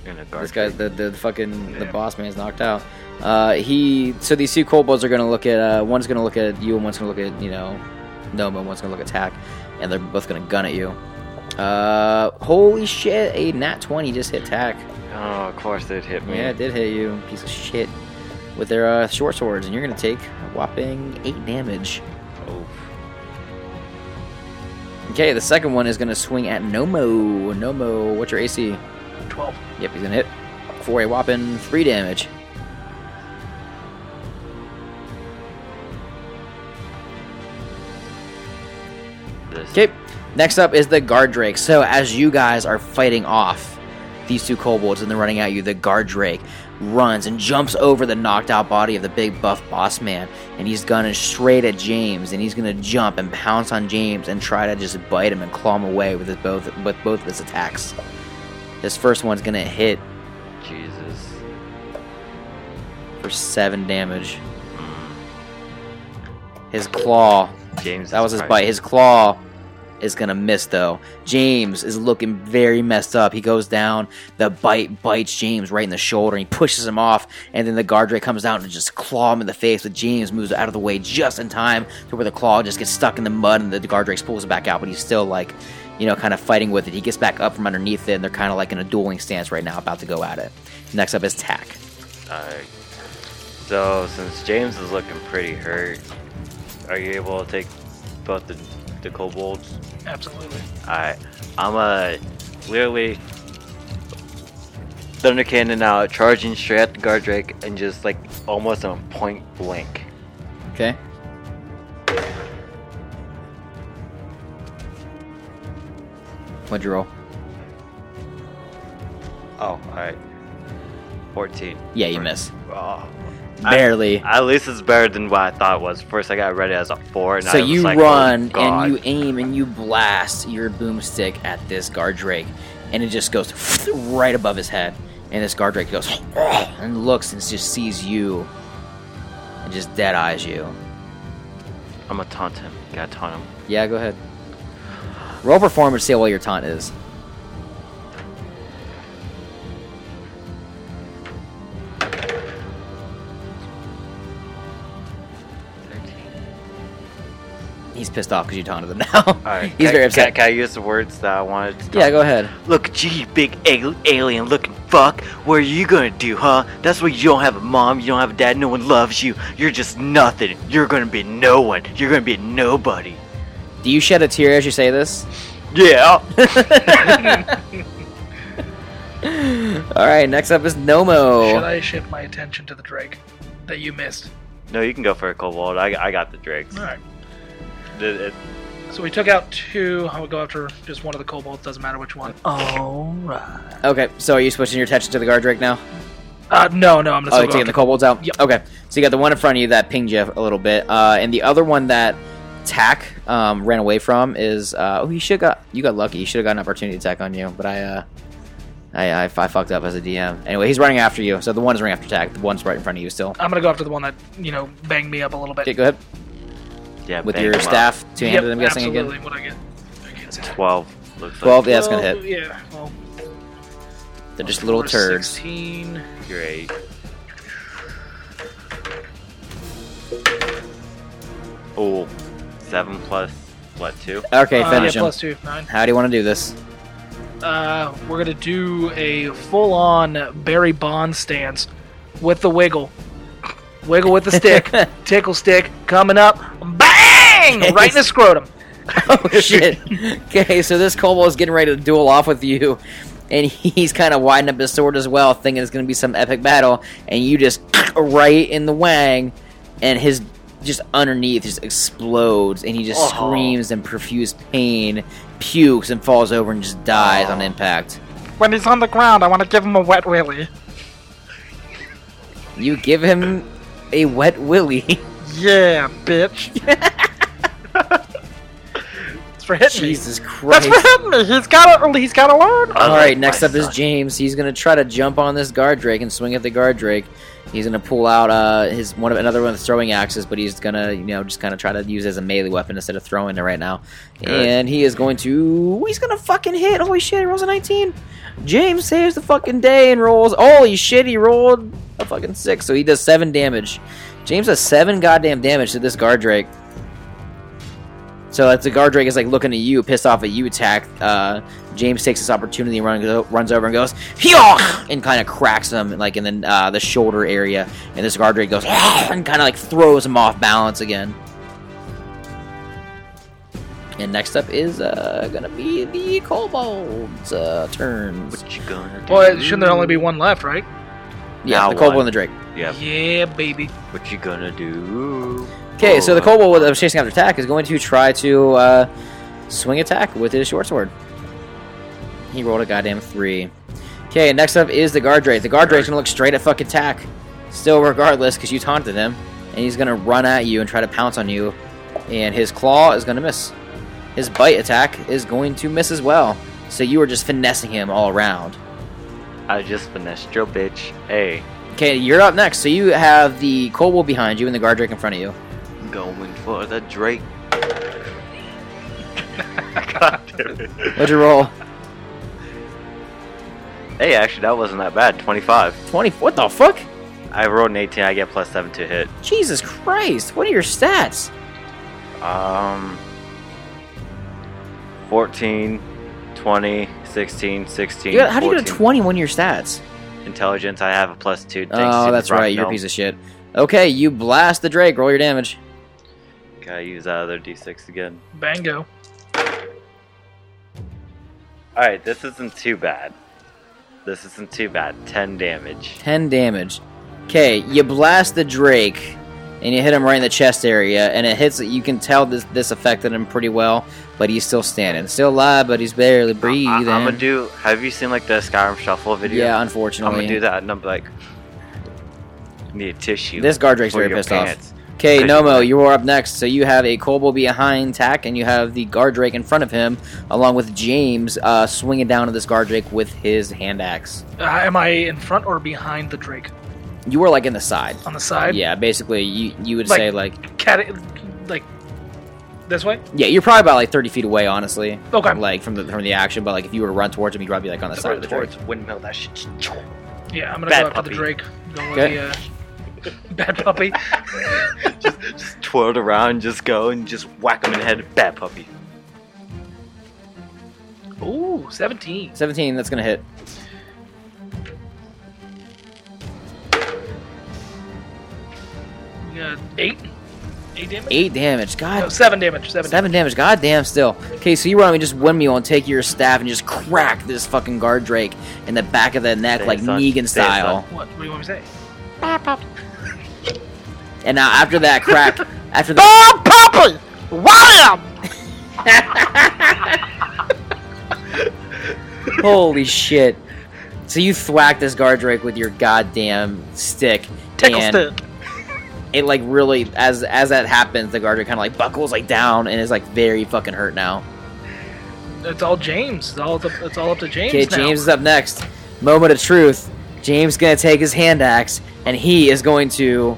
S3: in a garbage.
S1: This guy, the, the fucking the
S2: Yeah.
S1: boss man's knocked out. Uh, he so these two kobolds are gonna look at uh, one's gonna look at you and one's gonna look at you know Noma and one's gonna look at Tack, and they're both gonna gun at you. Uh, holy shit! A nat twenty just hit Tack.
S3: Oh, of course they'd hit me.
S1: Yeah, it did hit you, piece of shit, with their uh, short swords, and you're gonna take a whopping eight damage.
S3: Oof.
S1: Okay, the second one is gonna swing at Nomo. Nomo, what's your AC?
S2: 12.
S1: Yep, he's gonna hit for a whopping three damage.
S3: This.
S1: Okay, next up is the guard drake. So as you guys are fighting off these two kobolds and they're running at you, the guard drake runs and jumps over the knocked out body of the big buff boss man, and he's gunning straight at James, and he's gonna jump and pounce on James and try to just bite him and claw him away with his both with both of his attacks. This first one's gonna hit
S3: Jesus.
S1: for seven damage. His claw
S3: James.
S1: That
S3: is
S1: was his
S3: right.
S1: bite. His claw is gonna miss though. James is looking very messed up. He goes down. The bite bites James right in the shoulder. And he pushes him off, and then the guard drake comes out and just claw him in the face. But James moves out of the way just in time to where the claw just gets stuck in the mud, and the guard drake pulls it back out. But he's still like, you know, kind of fighting with it. He gets back up from underneath it, and they're kind of like in a dueling stance right now, about to go at it. Next up is Tack.
S3: Alright. So, since James is looking pretty hurt, are you able to take both the, the kobolds?
S2: Absolutely.
S3: Alright. I'm a. Literally. Thunder Cannon out, charging straight at the guard drake, and just like almost on point blank.
S1: Okay. What'd you roll?
S3: Oh, alright. 14.
S1: Yeah, you miss.
S3: Oh. I-
S1: Barely.
S3: At least it's better than what I thought it was. First, I got ready as a 4, and
S1: so
S3: I was
S1: you
S3: like,
S1: run
S3: oh, God.
S1: and you aim and you blast your boomstick at this guard drake, and it just goes right above his head. And this guard drake goes and looks and just sees you and just dead eyes you.
S3: I'm gonna taunt him. Gotta taunt him.
S1: Yeah, go ahead. Roll performance, see how well your taunt is. He's pissed off because you taunted him now.
S3: Alright.
S1: (laughs) He's
S3: can-
S1: very upset.
S3: Can, can I use the words that I wanted to
S1: yeah, go ahead.
S3: Look at you, you big al- alien looking fuck. What are you gonna do, huh? That's why you don't have a mom, you don't have a dad, no one loves you. You're just nothing. You're gonna be no one. You're gonna be nobody.
S1: Do you shed a tear as you say this? (laughs)
S3: (laughs) Yeah.
S1: All right, next up is
S2: Should
S1: Nomo.
S2: I shift my attention to the Drake that you missed?
S3: no, you can go for a kobold. I, I got the drakes.
S2: All right.
S3: It- it-
S2: So we took out two. I would go after just one of the kobolds. Doesn't matter which one. All right.
S1: Okay, so are you switching your attention to the guard drake now?
S2: Uh, no, no, I'm gonna
S1: Oh,
S2: still
S1: you're
S2: go
S1: taking the
S2: after-
S1: kobolds out?
S2: Yep.
S1: Okay. So you got the one in front of you that pinged you a little bit. Uh, and the other one that Tack um, ran away from is uh, oh you should got you got lucky. You should have got an opportunity attack on you, but I uh I, I, I fucked up as a DM. Anyway, he's running after you. So the one is running after Tack. The one's right in front of you still.
S2: I'm gonna go after the one that you know banged me up a little bit.
S1: Okay, go ahead.
S3: yeah,
S1: With
S3: bang
S1: your
S3: him up.
S1: staff, two
S2: yep,
S1: handed I'm guessing
S2: absolutely.
S1: again.
S2: What I get? I get to-
S3: 12. Looks
S1: Twelve,
S3: like
S1: yeah, it's gonna
S2: Well,
S1: hit.
S2: Yeah. Well,
S1: They're just little
S2: for
S1: turds.
S2: 16.
S3: you're 8. Oh, 7 plus, what, 2?
S1: Okay,
S2: Uh, yeah,
S1: finish him.
S2: plus two, nine.
S1: How do you want to do
S2: (laughs)
S1: this?
S2: Uh, we're gonna do a full-on Barry Bond stance with the wiggle, wiggle with
S1: (laughs)
S2: the stick, tickle stick coming up, bang! Right in the scrotum.
S1: (laughs) oh shit. Okay, so this kobold is getting ready to duel off with you, and (laughs) he's kind of widening up his sword as well, thinking it's going to be some epic battle, and you just (clears throat) right in the wang, and his just underneath just explodes, and he just
S3: Oh.
S1: screams in profuse pain, pukes, and falls over and just dies
S2: Oh.
S1: on impact.
S2: When he's on the ground, I want to give him a wet willy.
S1: You give him a (laughs) wet willy. (laughs)
S2: Yeah, bitch. it's for hitting
S1: Jesus
S2: me. That's
S1: Christ.
S2: for hitting me. He's gotta he's gotta learn.
S1: All right, next up is James. He's gonna try to jump on this guard drake and swing at the guard drake. He's gonna pull out uh, his one of another one of the throwing axes, but he's gonna you know just kind of try to use it as a melee weapon instead of throwing it right now.
S3: Good.
S1: And he is going to he's gonna fucking hit. Holy shit! He rolls a nineteen. James saves the fucking day and rolls. Holy shit! He rolled a fucking six, so he does seven damage. James does seven goddamn damage to this guard drake. So as the guard drake is like looking at you, pissed off at you, attack. Uh, James takes this opportunity, and run, go, runs over and goes, Hyah! and kind of cracks him like in the uh, the shoulder area. And this guard drake goes "Ah!" and kind of like throws him off balance again. And next up is uh, gonna be the kobold's uh, turns.
S3: What you gonna do?
S2: Boy, shouldn't there only be one left, right?
S1: Yeah,
S3: Now
S1: the kobold
S3: what?
S1: and the drake.
S3: Yep.
S2: Yeah, baby.
S3: What you gonna do?
S1: Okay, so the
S3: Oh,
S1: kobold that was uh, chasing after attack is going to try to uh, swing attack with his short sword. He rolled a goddamn three. Okay, next up is the guard drake. The guard drake's gonna look straight at fucking attack, still regardless, because you taunted him, and he's gonna run at you and try to pounce on you, and his claw is gonna miss. His bite attack is going to miss as well. So you were just finessing him all around.
S3: I just finessed your bitch. Hey,
S1: Okay, you're up next. So you have the kobold behind you and the guard drake in front of you.
S3: going for the Drake. (laughs) God damn it.
S1: What'd you roll?
S3: Hey, actually, that wasn't that bad. 25.
S1: Twenty. What the fuck?
S3: I rolled an 18. I get plus 7 to hit.
S1: Jesus Christ, what are your stats?
S3: Um. 14, 20, 16, 16.
S1: You got, how do you get a
S3: 14.
S1: 20 when your stats?
S3: Intelligence, I have a plus 2. Thanks
S1: Oh, that's right, you're a piece of shit. Okay, you blast the Drake, roll your damage.
S3: Gotta use that other d6 again.
S2: Bango.
S3: Alright, this isn't too bad. This isn't too bad. 10 damage.
S1: 10 damage. Okay, you blast the Drake, and you hit him right in the chest area, and it hits, you can tell this, this affected him pretty well, but he's still standing. Still alive, but he's barely breathing.
S3: I, am gonna do. Have you seen like the Skyrim Shuffle video?
S1: yeah,
S3: I'm
S1: unfortunately.
S3: gonna do that, and I'm like, need a tissue.
S1: This guard Drake's
S3: for
S1: very
S3: your
S1: pissed off.
S3: pants.
S1: Okay,
S3: Good.
S1: Nomo, you are up next. So you have a Kobold behind Tack, and you have the Guard Drake in front of him, along with James uh, swinging down at this Guard Drake with his hand axe.
S2: Uh, am I in front or behind the Drake?
S1: You were like in the side.
S2: On the side?
S1: yeah, basically, you you would
S2: Like-
S1: say like
S2: Cat, like this way?
S1: yeah, you're probably about like 30 feet away, honestly.
S2: Okay.
S1: Like from the from the action, but like if you were to run towards him, you'd probably be like on the side of the Drake.
S3: towards windmill that shit.
S2: Yeah, I'm gonna
S3: Bad
S2: go up to
S3: puppy.
S2: the Drake. Go with
S1: Okay.
S2: the uh, (laughs) bad puppy.
S3: Just twirl it around, just go and just whack him in the head. Bad puppy.
S2: Ooh, 17.
S1: 17, that's gonna hit.
S2: Uh, eight. Eight damage.
S1: Eight damage.
S2: No,
S1: God.
S2: seven damage. Seven.
S1: Seven damage, goddamn still. Okay, so you run and just windmill and take your staff and just crack this fucking guard drake in the back of the neck
S3: Stay
S1: like
S3: inside. Stay
S1: Negan
S3: inside.
S1: style.
S2: damage. What? What do you want me to say?
S1: And now after
S2: (laughs)
S1: that crack, after the
S2: Bad puppy. Oh, Wham!
S1: (laughs) holy shit. So you thwack this guard drake with your goddamn stick.
S2: Tickle
S1: and
S2: stick.
S1: It like really as as that happens, the guard drake kinda like buckles like down and is like very fucking hurt now.
S2: It's all James. It's all up to, it's all up to James
S1: Okay,
S2: now.
S1: James is up next. Moment of truth. James gonna take his hand axe and he is going to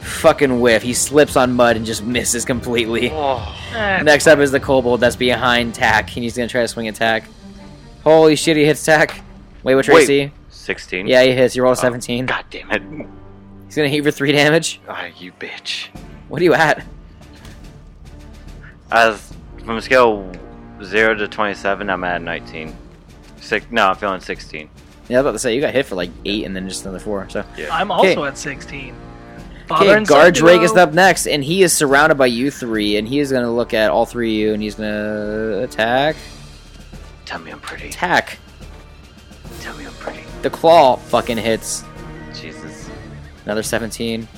S1: fucking whiff. He slips on mud and just misses completely.
S2: Eh,
S1: Next up is the kobold that's behind Tack, and he's gonna try to swing attack. Holy shit, he hits Tack. Wait, what's your
S3: Wait.
S1: AC?
S3: 16.
S1: Yeah, he hits. He rolled a 17.
S3: God damn it.
S1: He's gonna hit you for three damage.
S3: Ah, you bitch.
S1: What are you at?
S3: As from scale 0 to 27, I'm at 19. Six, no, I'm feeling 16.
S1: Yeah, I was about to say you got hit for like eight and then just another four. So
S2: I'm also at 16. Father
S1: okay,
S2: and
S1: guard
S2: son,
S1: Drake is
S2: duo.
S1: up next, and he is surrounded by you three, and he is gonna look at all three of you, and he's gonna attack,
S3: Tell me I'm pretty.
S1: attack.
S3: Tell me I'm pretty.
S1: The claw fucking hits.
S3: Jesus.
S1: Another 17.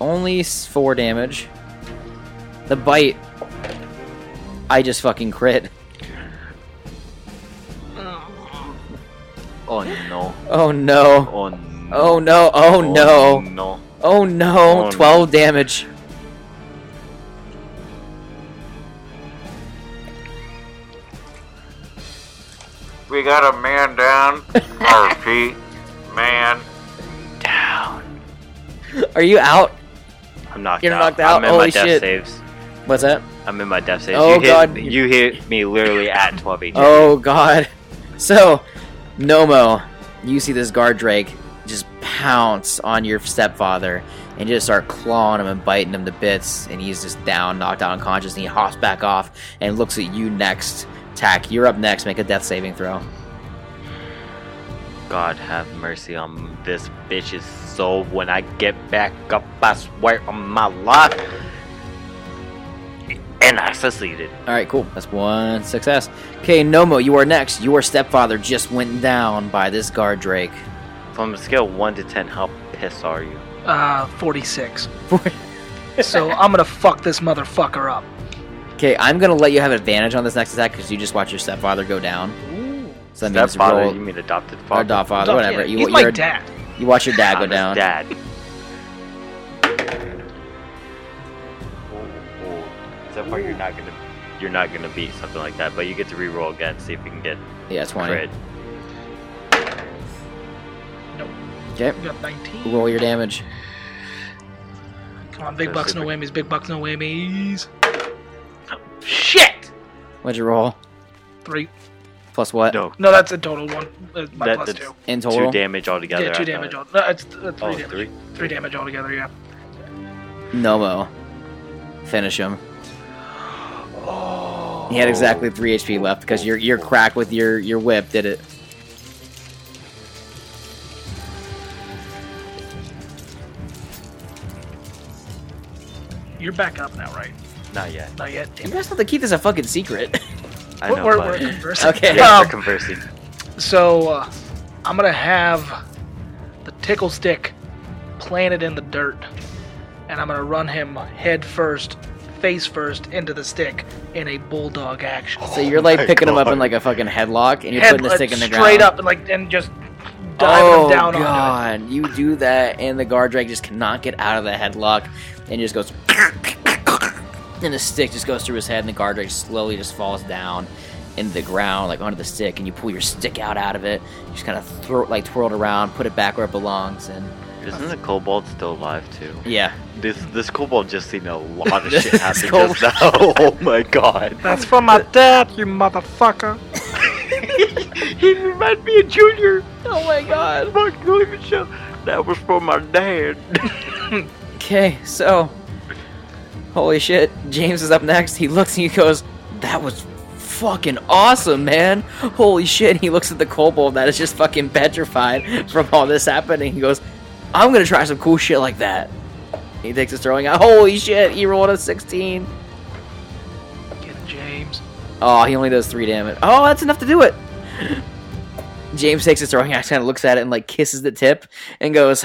S1: Only s- 4 damage. The bite. I just fucking crit.
S3: Oh no.
S1: Oh no.
S3: Oh no.
S1: Oh no. Oh no.
S3: No.
S1: Oh
S3: Oh,
S1: no.
S3: no.
S1: 12 damage.
S4: We got a man
S1: (laughs)
S4: down. I repeat, man.
S1: Are you out?
S3: I'm knocked
S1: You're
S3: out.
S1: knocked out?
S3: I'm in
S1: Holy
S3: my death
S1: shit.
S3: saves.
S1: What's that?
S3: I'm in my death saves.
S1: Oh,
S3: you hit,
S1: God.
S3: You hit me literally
S1: (laughs)
S3: at 12 HP.
S1: Oh god. (laughs) So, Nomo, you see this guard drake just pounce on your stepfather and just start clawing him and biting him to bits, and he's just down, knocked out unconscious, and he hops back off and looks at you next. Tack, you're up next. Make a death saving throw.
S3: God have mercy on this bitch's soul when I get back up. I swear on my life. And I succeeded.
S1: All right, cool. That's one success. Okay, Nomo, you are next. Your stepfather just went down by this guard (laughs) drake.
S3: From a scale 1 to 10, how pissed are you?
S2: Uh, 46. so I'm gonna fuck this motherfucker
S1: (laughs)
S2: up.
S1: Okay, I'm gonna let you have advantage on this next attack because you just watched your stepfather go down. So that means
S3: Stepfather,
S1: roll
S3: you mean adopted
S1: or
S3: father?
S1: dog father, Uh, whatever.
S2: Yeah,
S1: you,
S2: he's
S1: you're
S2: my
S1: a-
S2: dad.
S1: You watch your dad
S3: I'm
S1: go
S3: his
S1: down.
S3: Dad.
S1: (laughs)
S3: Oh, Except for you're not gonna, you're not gonna beat something like that. But you get to re-roll again, see if you can get
S1: Yeah, twenty.
S3: crit.
S1: Okay,
S2: We got 19.
S1: roll your damage.
S2: Come on, big
S3: That's
S2: bucks, no
S3: super-
S2: whammies, big bucks, no whammies. Shit!
S1: What'd you roll?
S2: Three.
S1: Plus what?
S3: No,
S2: No, that's a total one. Uh, my
S3: That-
S2: plus
S3: that's
S2: two.
S1: In
S3: two
S1: total.
S3: damage altogether.
S2: yeah, two
S3: I
S2: damage.
S3: thought.
S2: All, no, it's uh, three
S3: Oh,
S2: damage.
S3: three?
S2: Three damage altogether, yeah.
S1: Nomo, finish him.
S2: Oh.
S1: He had exactly three HP left because your your crack with your your whip did it.
S2: You're back up now, right?
S3: Not yet.
S2: Not yet.
S1: You
S2: Damn it.
S1: guys have to keep this a fucking secret. (laughs)
S3: I
S2: We're-
S3: know.
S2: we're,
S3: but-
S2: we're conversing.
S1: okay.
S3: Yeah,
S2: Um,
S3: we're conversing.
S2: So uh, I'm gonna have the tickle stick planted in the dirt, and I'm gonna run him head first, face first into the stick in a bulldog action.
S1: So you're like
S3: my
S1: picking him up
S3: God.
S1: in like a fucking headlock and you're
S2: head
S1: putting the
S2: like,
S1: stick in the
S2: straight
S1: ground.
S2: up and like and just diving
S1: Oh
S2: him down on
S1: god! You do that, and the guard drag just cannot get out of the headlock, and just goes, and the stick just goes through his head, and the guard drag slowly just falls down into the ground, like onto the stick, and you pull your stick out out of it. You just kind of throw it, like twirled around, put it back where it belongs, and
S3: Isn't the kobold still alive too?
S1: yeah,
S3: This this kobold just seen a lot
S1: (laughs)
S3: of shit
S1: This
S3: happen
S1: kobold-
S3: just now. (laughs) Oh my god. (laughs)
S2: That's for my dad, you motherfucker.
S3: he reminds me of Junior. Oh my god. Mark Louis show. That was for my dad.
S1: okay, so holy shit, James is up next. He looks and he goes, "That was." Fucking awesome, man! Holy shit! He looks at the kobold that is just fucking petrified from all this happening. He goes, I'm gonna try some cool shit like that. He takes his throwing out. Holy shit, he rolled a 16.
S2: Get it, James.
S1: Oh, he only does three damage. Oh, that's enough to do it. (gasps) James takes his throwing axe, kind of looks at it, and like kisses the tip, and goes,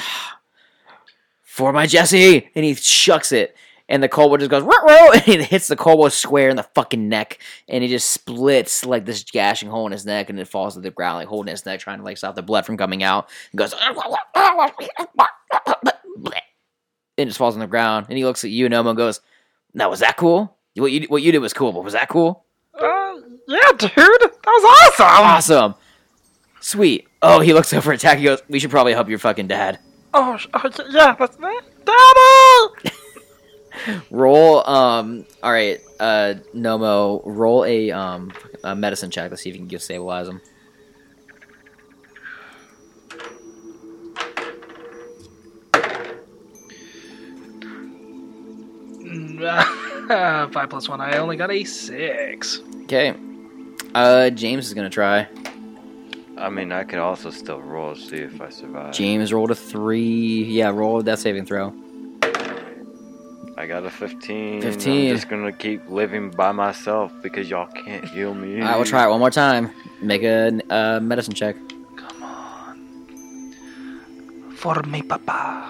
S1: (sighs) "For my Jesse!" And he shucks it, and the kobold just goes, "Row, row!" (laughs) And it hits the kobold square in the fucking neck, and he just splits like this gashing hole in his neck, and it falls to the ground, like holding his neck, trying to like stop the blood from coming out. He goes, (laughs) and just falls on the ground, and he looks at you, Nomo, and goes, "Now was that cool? What you what you did was cool, but was that cool?"
S2: Uh, yeah, dude, that was awesome.
S1: awesome. Sweet. Oh, he looks (laughs) over at Tack. He goes, "We should probably help your fucking dad."
S2: Oh, sh- oh, y- yeah, that's that. Daddy.
S1: Roll. Um. All right. Uh. Nomo. Roll a um a medicine check. Let's see if you can give stabilize him.
S2: Mm, (laughs) Five plus one. I only got a six.
S1: Okay. Uh. James is gonna try.
S3: I mean, I could also still roll see if I survive.
S1: James rolled a three. Yeah. Roll a death saving throw.
S3: I got a 15.
S1: 15.
S3: I'm just gonna keep living by myself because y'all can't heal me.
S1: I will try it one more time. Make a uh, medicine check.
S2: Come on. For me, papa.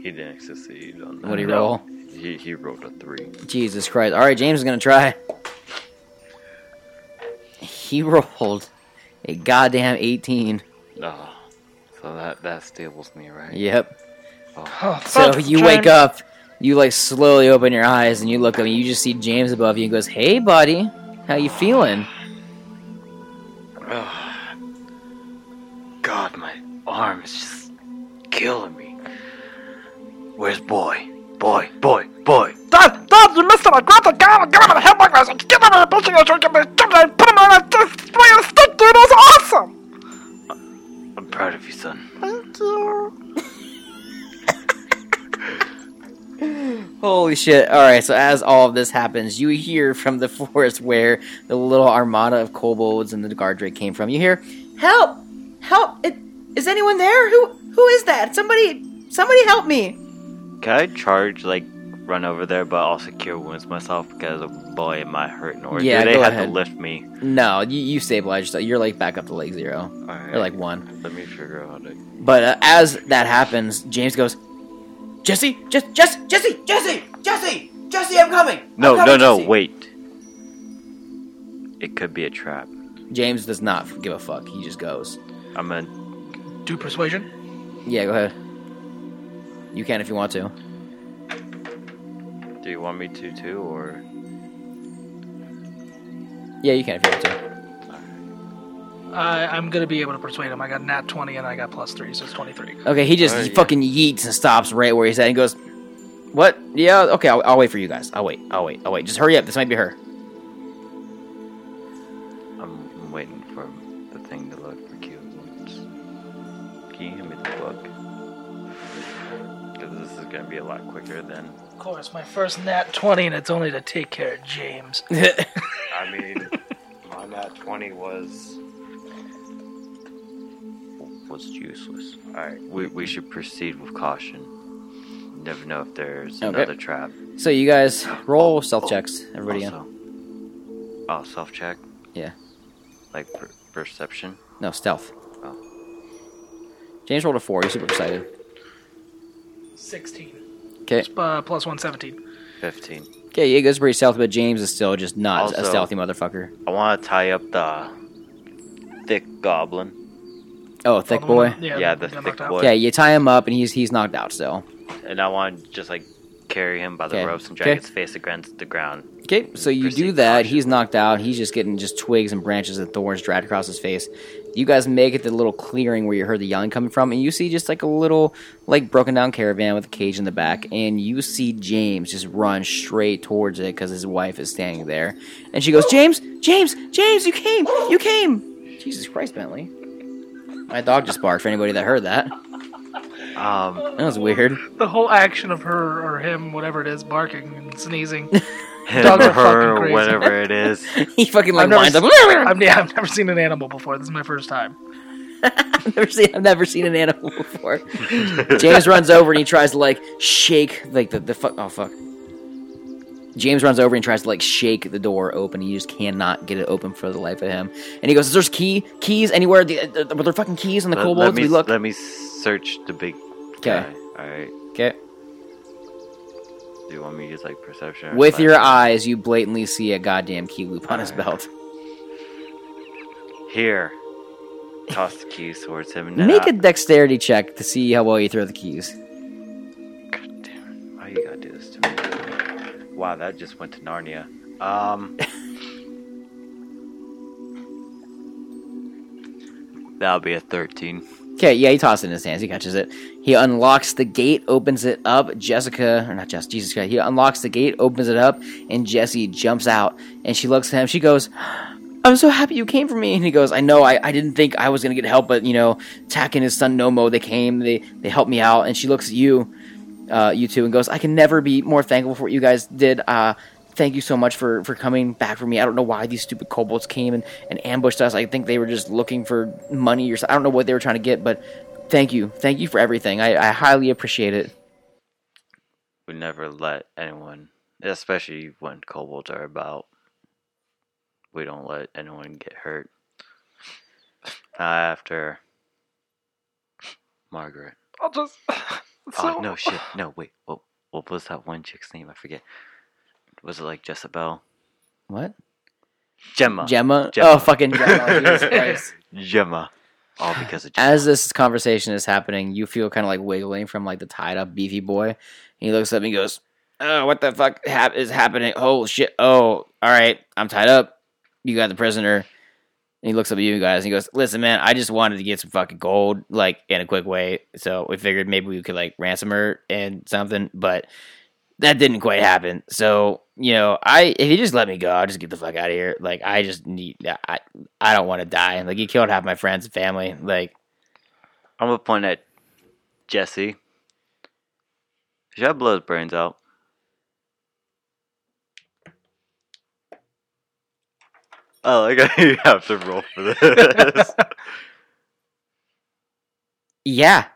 S3: He didn't succeed on that.
S1: What do you
S2: No.
S1: roll?
S3: He, he rolled a 3.
S1: Jesus Christ. All right, James is going to try. He (laughs) rolled a goddamn 18.
S3: Oh, so that, that stables me, right?
S1: Yep.
S2: Oh,
S1: So
S2: fuck,
S1: you
S2: James.
S1: wake up, you like slowly open your eyes and you look up and you just see James above you and goes, "Hey, buddy." How you feeling?
S3: God, my arm is just killing me. Where's boy? Boy, boy, boy.
S2: Dad, Dad, you missed it! I grabbed the guy and got him in the hamburgers and get him in the pitching and drinking and put him on a display of stick, dude! That's awesome!
S3: I'm proud of you, son.
S2: Thank you.
S1: Holy shit. All right, so as all of this happens, you hear from the (laughs) forest where the little armada of kobolds and the guard drake came from. You hear, "Help! Help! It, is anyone there? Who who is that? Somebody somebody help me."
S3: Can I charge, like, run over there, but also cure wounds myself because boy, am I hurting? Or
S1: Yeah,
S3: do they
S1: go
S3: have
S1: ahead.
S3: to lift me?
S1: No, you, you stabilize yourself. You're like back up to like 0
S3: Alright,
S1: or like 1.
S3: let me figure out. How to...
S1: But uh, as that happens, James goes, "Jesse, just Jess, Jesse, Jesse, Jesse, Jesse, I'm coming." I'm
S3: No, no,
S1: coming,
S3: no,
S1: Jesse."
S3: wait. It could be a trap.
S1: James does not give a fuck. He just goes.
S3: I'm gonna
S2: Do persuasion?
S1: Yeah, go ahead. You can if you want to.
S3: Do you want me to too, or
S1: Yeah, you can if you want to.
S2: I, I'm gonna be able to persuade him. I got nat 20 and I got plus 3, so it's 23.
S1: Okay, he just
S3: Alright,
S1: he
S3: yeah.
S1: fucking yeets and stops right where he's at and goes, "What? Yeah, okay, I'll, I'll wait for you guys. I'll wait. I'll wait. I'll wait. Just hurry up. This might be her."
S3: I'm waiting for the thing to look for cure wounds. Can you hand me the book? Because this is gonna be a lot quicker than.
S2: Of course, my first nat 20 and it's only to take care
S1: (laughs)
S2: of James.
S3: I mean, my nat twenty was was useless. All right, we we should proceed with caution. Never know if there's
S1: Okay.
S3: another trap.
S1: so you guys roll stealth checks. Everybody,
S3: also, oh, self check.
S1: Yeah.
S3: Like per- perception.
S1: no stealth.
S3: Oh.
S1: James rolled a four. He's super excited.
S2: 16.
S1: Okay.
S2: Uh, plus 117.
S3: Fifteen.
S1: Okay, yeah, it goes pretty stealthy, but James is still just not a
S3: Also-
S1: stealthy motherfucker.
S3: I want to tie up the thick goblin.
S1: Oh, thick
S2: Other one-
S1: boy.
S3: Yeah, the thick
S2: got knocked out.
S3: boy.
S1: Yeah, you tie him up, and he's he's knocked out still.
S3: and I want to just like carry him by the
S1: Okay.
S3: ropes and
S1: Okay.
S3: drag his face against the
S1: (laughs)
S3: ground.
S1: Okay, so you do
S3: Proceed
S1: that.
S3: cautiously.
S1: He's knocked out. He's just getting just twigs and branches and thorns dragged across his face. You guys make it to the little clearing where you heard the yelling coming from, and you see just like a little like broken down caravan with a cage in the back, and you see James just run straight towards it because his wife is standing there, and she goes, "James, James, James, you came, you came." Jesus Christ, Bentley. My dog just barked. For anybody that heard that,
S3: Um,
S1: that was weird. (laughs)
S2: The whole action of her or him, whatever it is, barking and
S1: (laughs)
S2: sneezing.
S3: him
S2: Dogs
S3: or
S2: are fucking
S3: her or
S2: crazy.
S3: whatever it is.
S1: he fucking like
S2: I've never
S1: winds (laughs) up.
S2: I've, yeah, I've never seen an animal before. This is my first time.
S1: I've never seen I've never seen an animal before. James runs over and he tries to like shake like the the fuck oh fuck. James runs over and tries to like shake the door open. He just cannot get it open for the life of him. And he goes, "Is there key keys anywhere? The, the, were there fucking keys on the
S3: Let- let
S1: kobolds?
S3: me
S1: We look."
S3: let me search the big.
S1: 'Kay.
S3: guy. All right.
S1: Okay.
S3: Do you want me to use like perception? or
S1: With
S3: flash?
S1: your eyes, you blatantly see a goddamn key loop on his
S3: Alright.
S1: belt.
S3: here, toss the keys towards him. And then
S1: Make
S3: I-
S1: a dexterity check to see how well you throw the keys.
S3: God damn it. Why you gotta do this to me? Wow, that just went to Narnia.
S1: (laughs)
S3: Um. That'll be a 13.
S1: Okay, yeah, he tosses it in his hands. He catches it. He unlocks the gate, opens it up. Jessica, or not Jess, Jesus Christ. He unlocks the gate, opens it up, and Jesse jumps out. And she looks at him. She goes, I'm so happy you came for me. And he goes, I know, I, I didn't think I was going to get help, but, you know, Tack and his son Nomo, they came, they, they helped me out. And she looks at you, uh, you two, and goes, I can never be more thankful for what you guys did. Uh, thank you so much for, for coming back for me. I don't know why these stupid kobolds came and, and ambushed us. I think they were just looking for money or so- I don't know what they were trying to get, but thank you. Thank you for everything. I, I highly appreciate it.
S3: We never let anyone, especially when kobolds are about, we don't let anyone get hurt. Not after Margaret.
S2: I'll just. (sighs) So,
S3: oh,
S2: (laughs)
S3: no, shit. No, wait. What, what was that one chick's name? I forget. Was it like Jezebel?
S1: What?
S3: Gemma.
S1: Gemma?
S3: Gemma.
S1: Oh, fucking Gemma.
S2: (laughs)
S1: Jesus Christ.
S3: Gemma. All because of Gemma.
S1: as this conversation is happening, you feel kind of like wiggling from like the tied up beefy boy. And he looks up and he goes, "Oh, what the fuck hap- is happening? Oh shit! Oh, all right, I'm tied up. you got the prisoner. And he looks up at you guys and he goes, "Listen, man, I just wanted to get some fucking gold, like in a quick way. So we figured maybe we could like ransom her and something, but that didn't quite happen. So you know, I if you just let me go, I'll just get the fuck out of here. Like I just need, I I don't want to die. Like you killed half my friends and family. Like
S3: I'm gonna point at Jesse. Should I blow his brains out? Oh, I got (laughs) you have to roll for this.
S1: (laughs) yeah,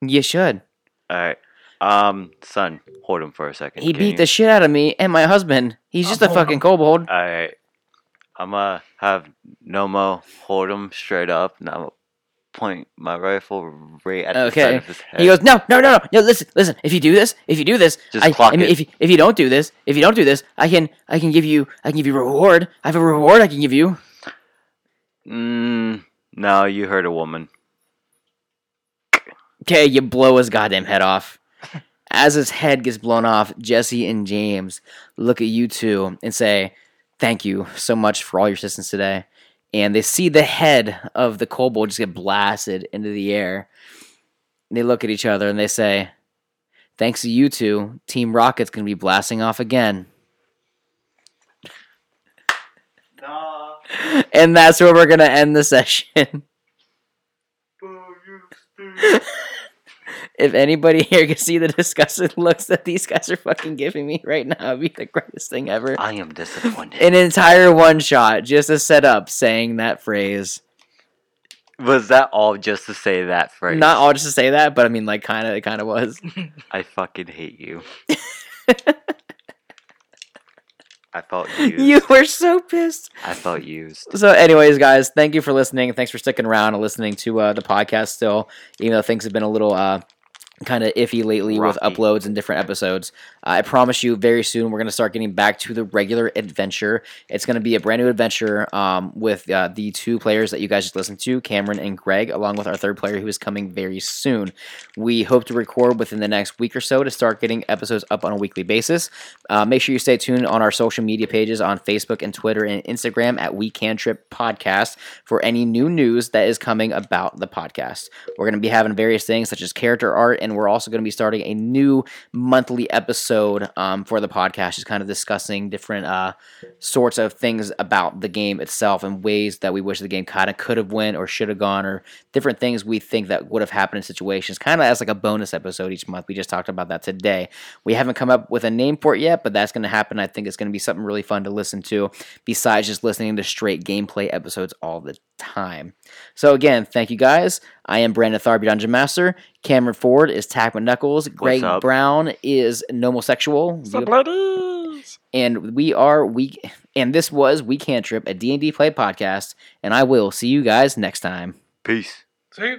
S1: you should.
S3: All right, um, son, hold him for a second.
S1: He
S3: can
S1: beat
S3: you?
S1: the shit out of me and my husband. He's just a
S3: Oh.
S2: I'll hold
S1: fucking kobold.
S3: All right, I'm gonna have Nomo hold him straight up, and I'm gonna point my rifle right at the
S1: Okay.
S3: side of his head.
S1: He goes, no, no, no, no, no. Listen, listen. If you do this, if you do this,
S3: Just
S1: I,
S3: clock
S1: I mean,
S3: it.
S1: if you, if you don't do this, if you don't do this, I can I can give you I can give you a reward. I have a reward I can give you.
S3: mm, "No, you hurt a woman."
S1: Okay, you blow his goddamn
S3: (laughs)
S1: head off. As his head gets blown off, Jesse and James look at you two and say, Thank you so much for all your assistance today. And they see the head of the kobold just get blasted into the air. They look at each other and they say, Thanks to you two, Team Rocket's going to be blasting off again.
S4: Nah,
S1: And that's where we're going to end the session.
S4: boo, you stupid.
S1: if anybody here can see the disgusted (laughs) looks that these guys are fucking giving me right now, it'd be the greatest thing ever.
S3: I am disappointed.
S1: an entire one shot just a setup saying that phrase.
S3: Was that all just to say that phrase?
S1: Not all just to say that, but I mean, like, kind of, it kind of was.
S3: I fucking hate you. I felt used.
S1: you were so pissed.
S3: I felt used.
S1: So, anyways, guys, thank you for listening. Thanks for sticking around and listening to uh, the podcast still, even though things have been a little uh, kind of iffy lately with
S3: Rocky.
S1: uploads and different episodes. Uh, I promise you, very soon we're going to start getting back to the regular adventure. It's going to be a brand new adventure um, with uh, the two players that you guys just listened to, Cameron and Greg, along with our third player who is coming very soon. We hope to record within the next week or so to start getting episodes up on a weekly basis. Uh, make sure you stay tuned on our social media pages on Facebook and Twitter and Instagram at We Can Trip Podcast for any new news that is coming about the podcast. We're going to be having various things such as character art, and we're also going to be starting a new monthly episode um, for the podcast, just kind of discussing different uh, sorts of things about the game itself and ways that we wish the game kind of could have went or should have gone, or different things we think that would have happened in situations, kind of as like a bonus episode each month. We just talked about that today. We haven't come up with a name for it yet, but that's going to happen. I think it's going to be something really fun to listen to, besides just listening to straight gameplay episodes all the time. So again, thank you guys. I am Brandon Tharby Dungeon Master. Cameron Ford is Tack Knuckles. Greg
S3: up?
S1: Brown is Nomosexual.
S2: What's up, ladies?
S1: And we are we and this was We Can't Trip, a D&D play podcast, and I will see you guys next time.
S3: Peace.
S2: See?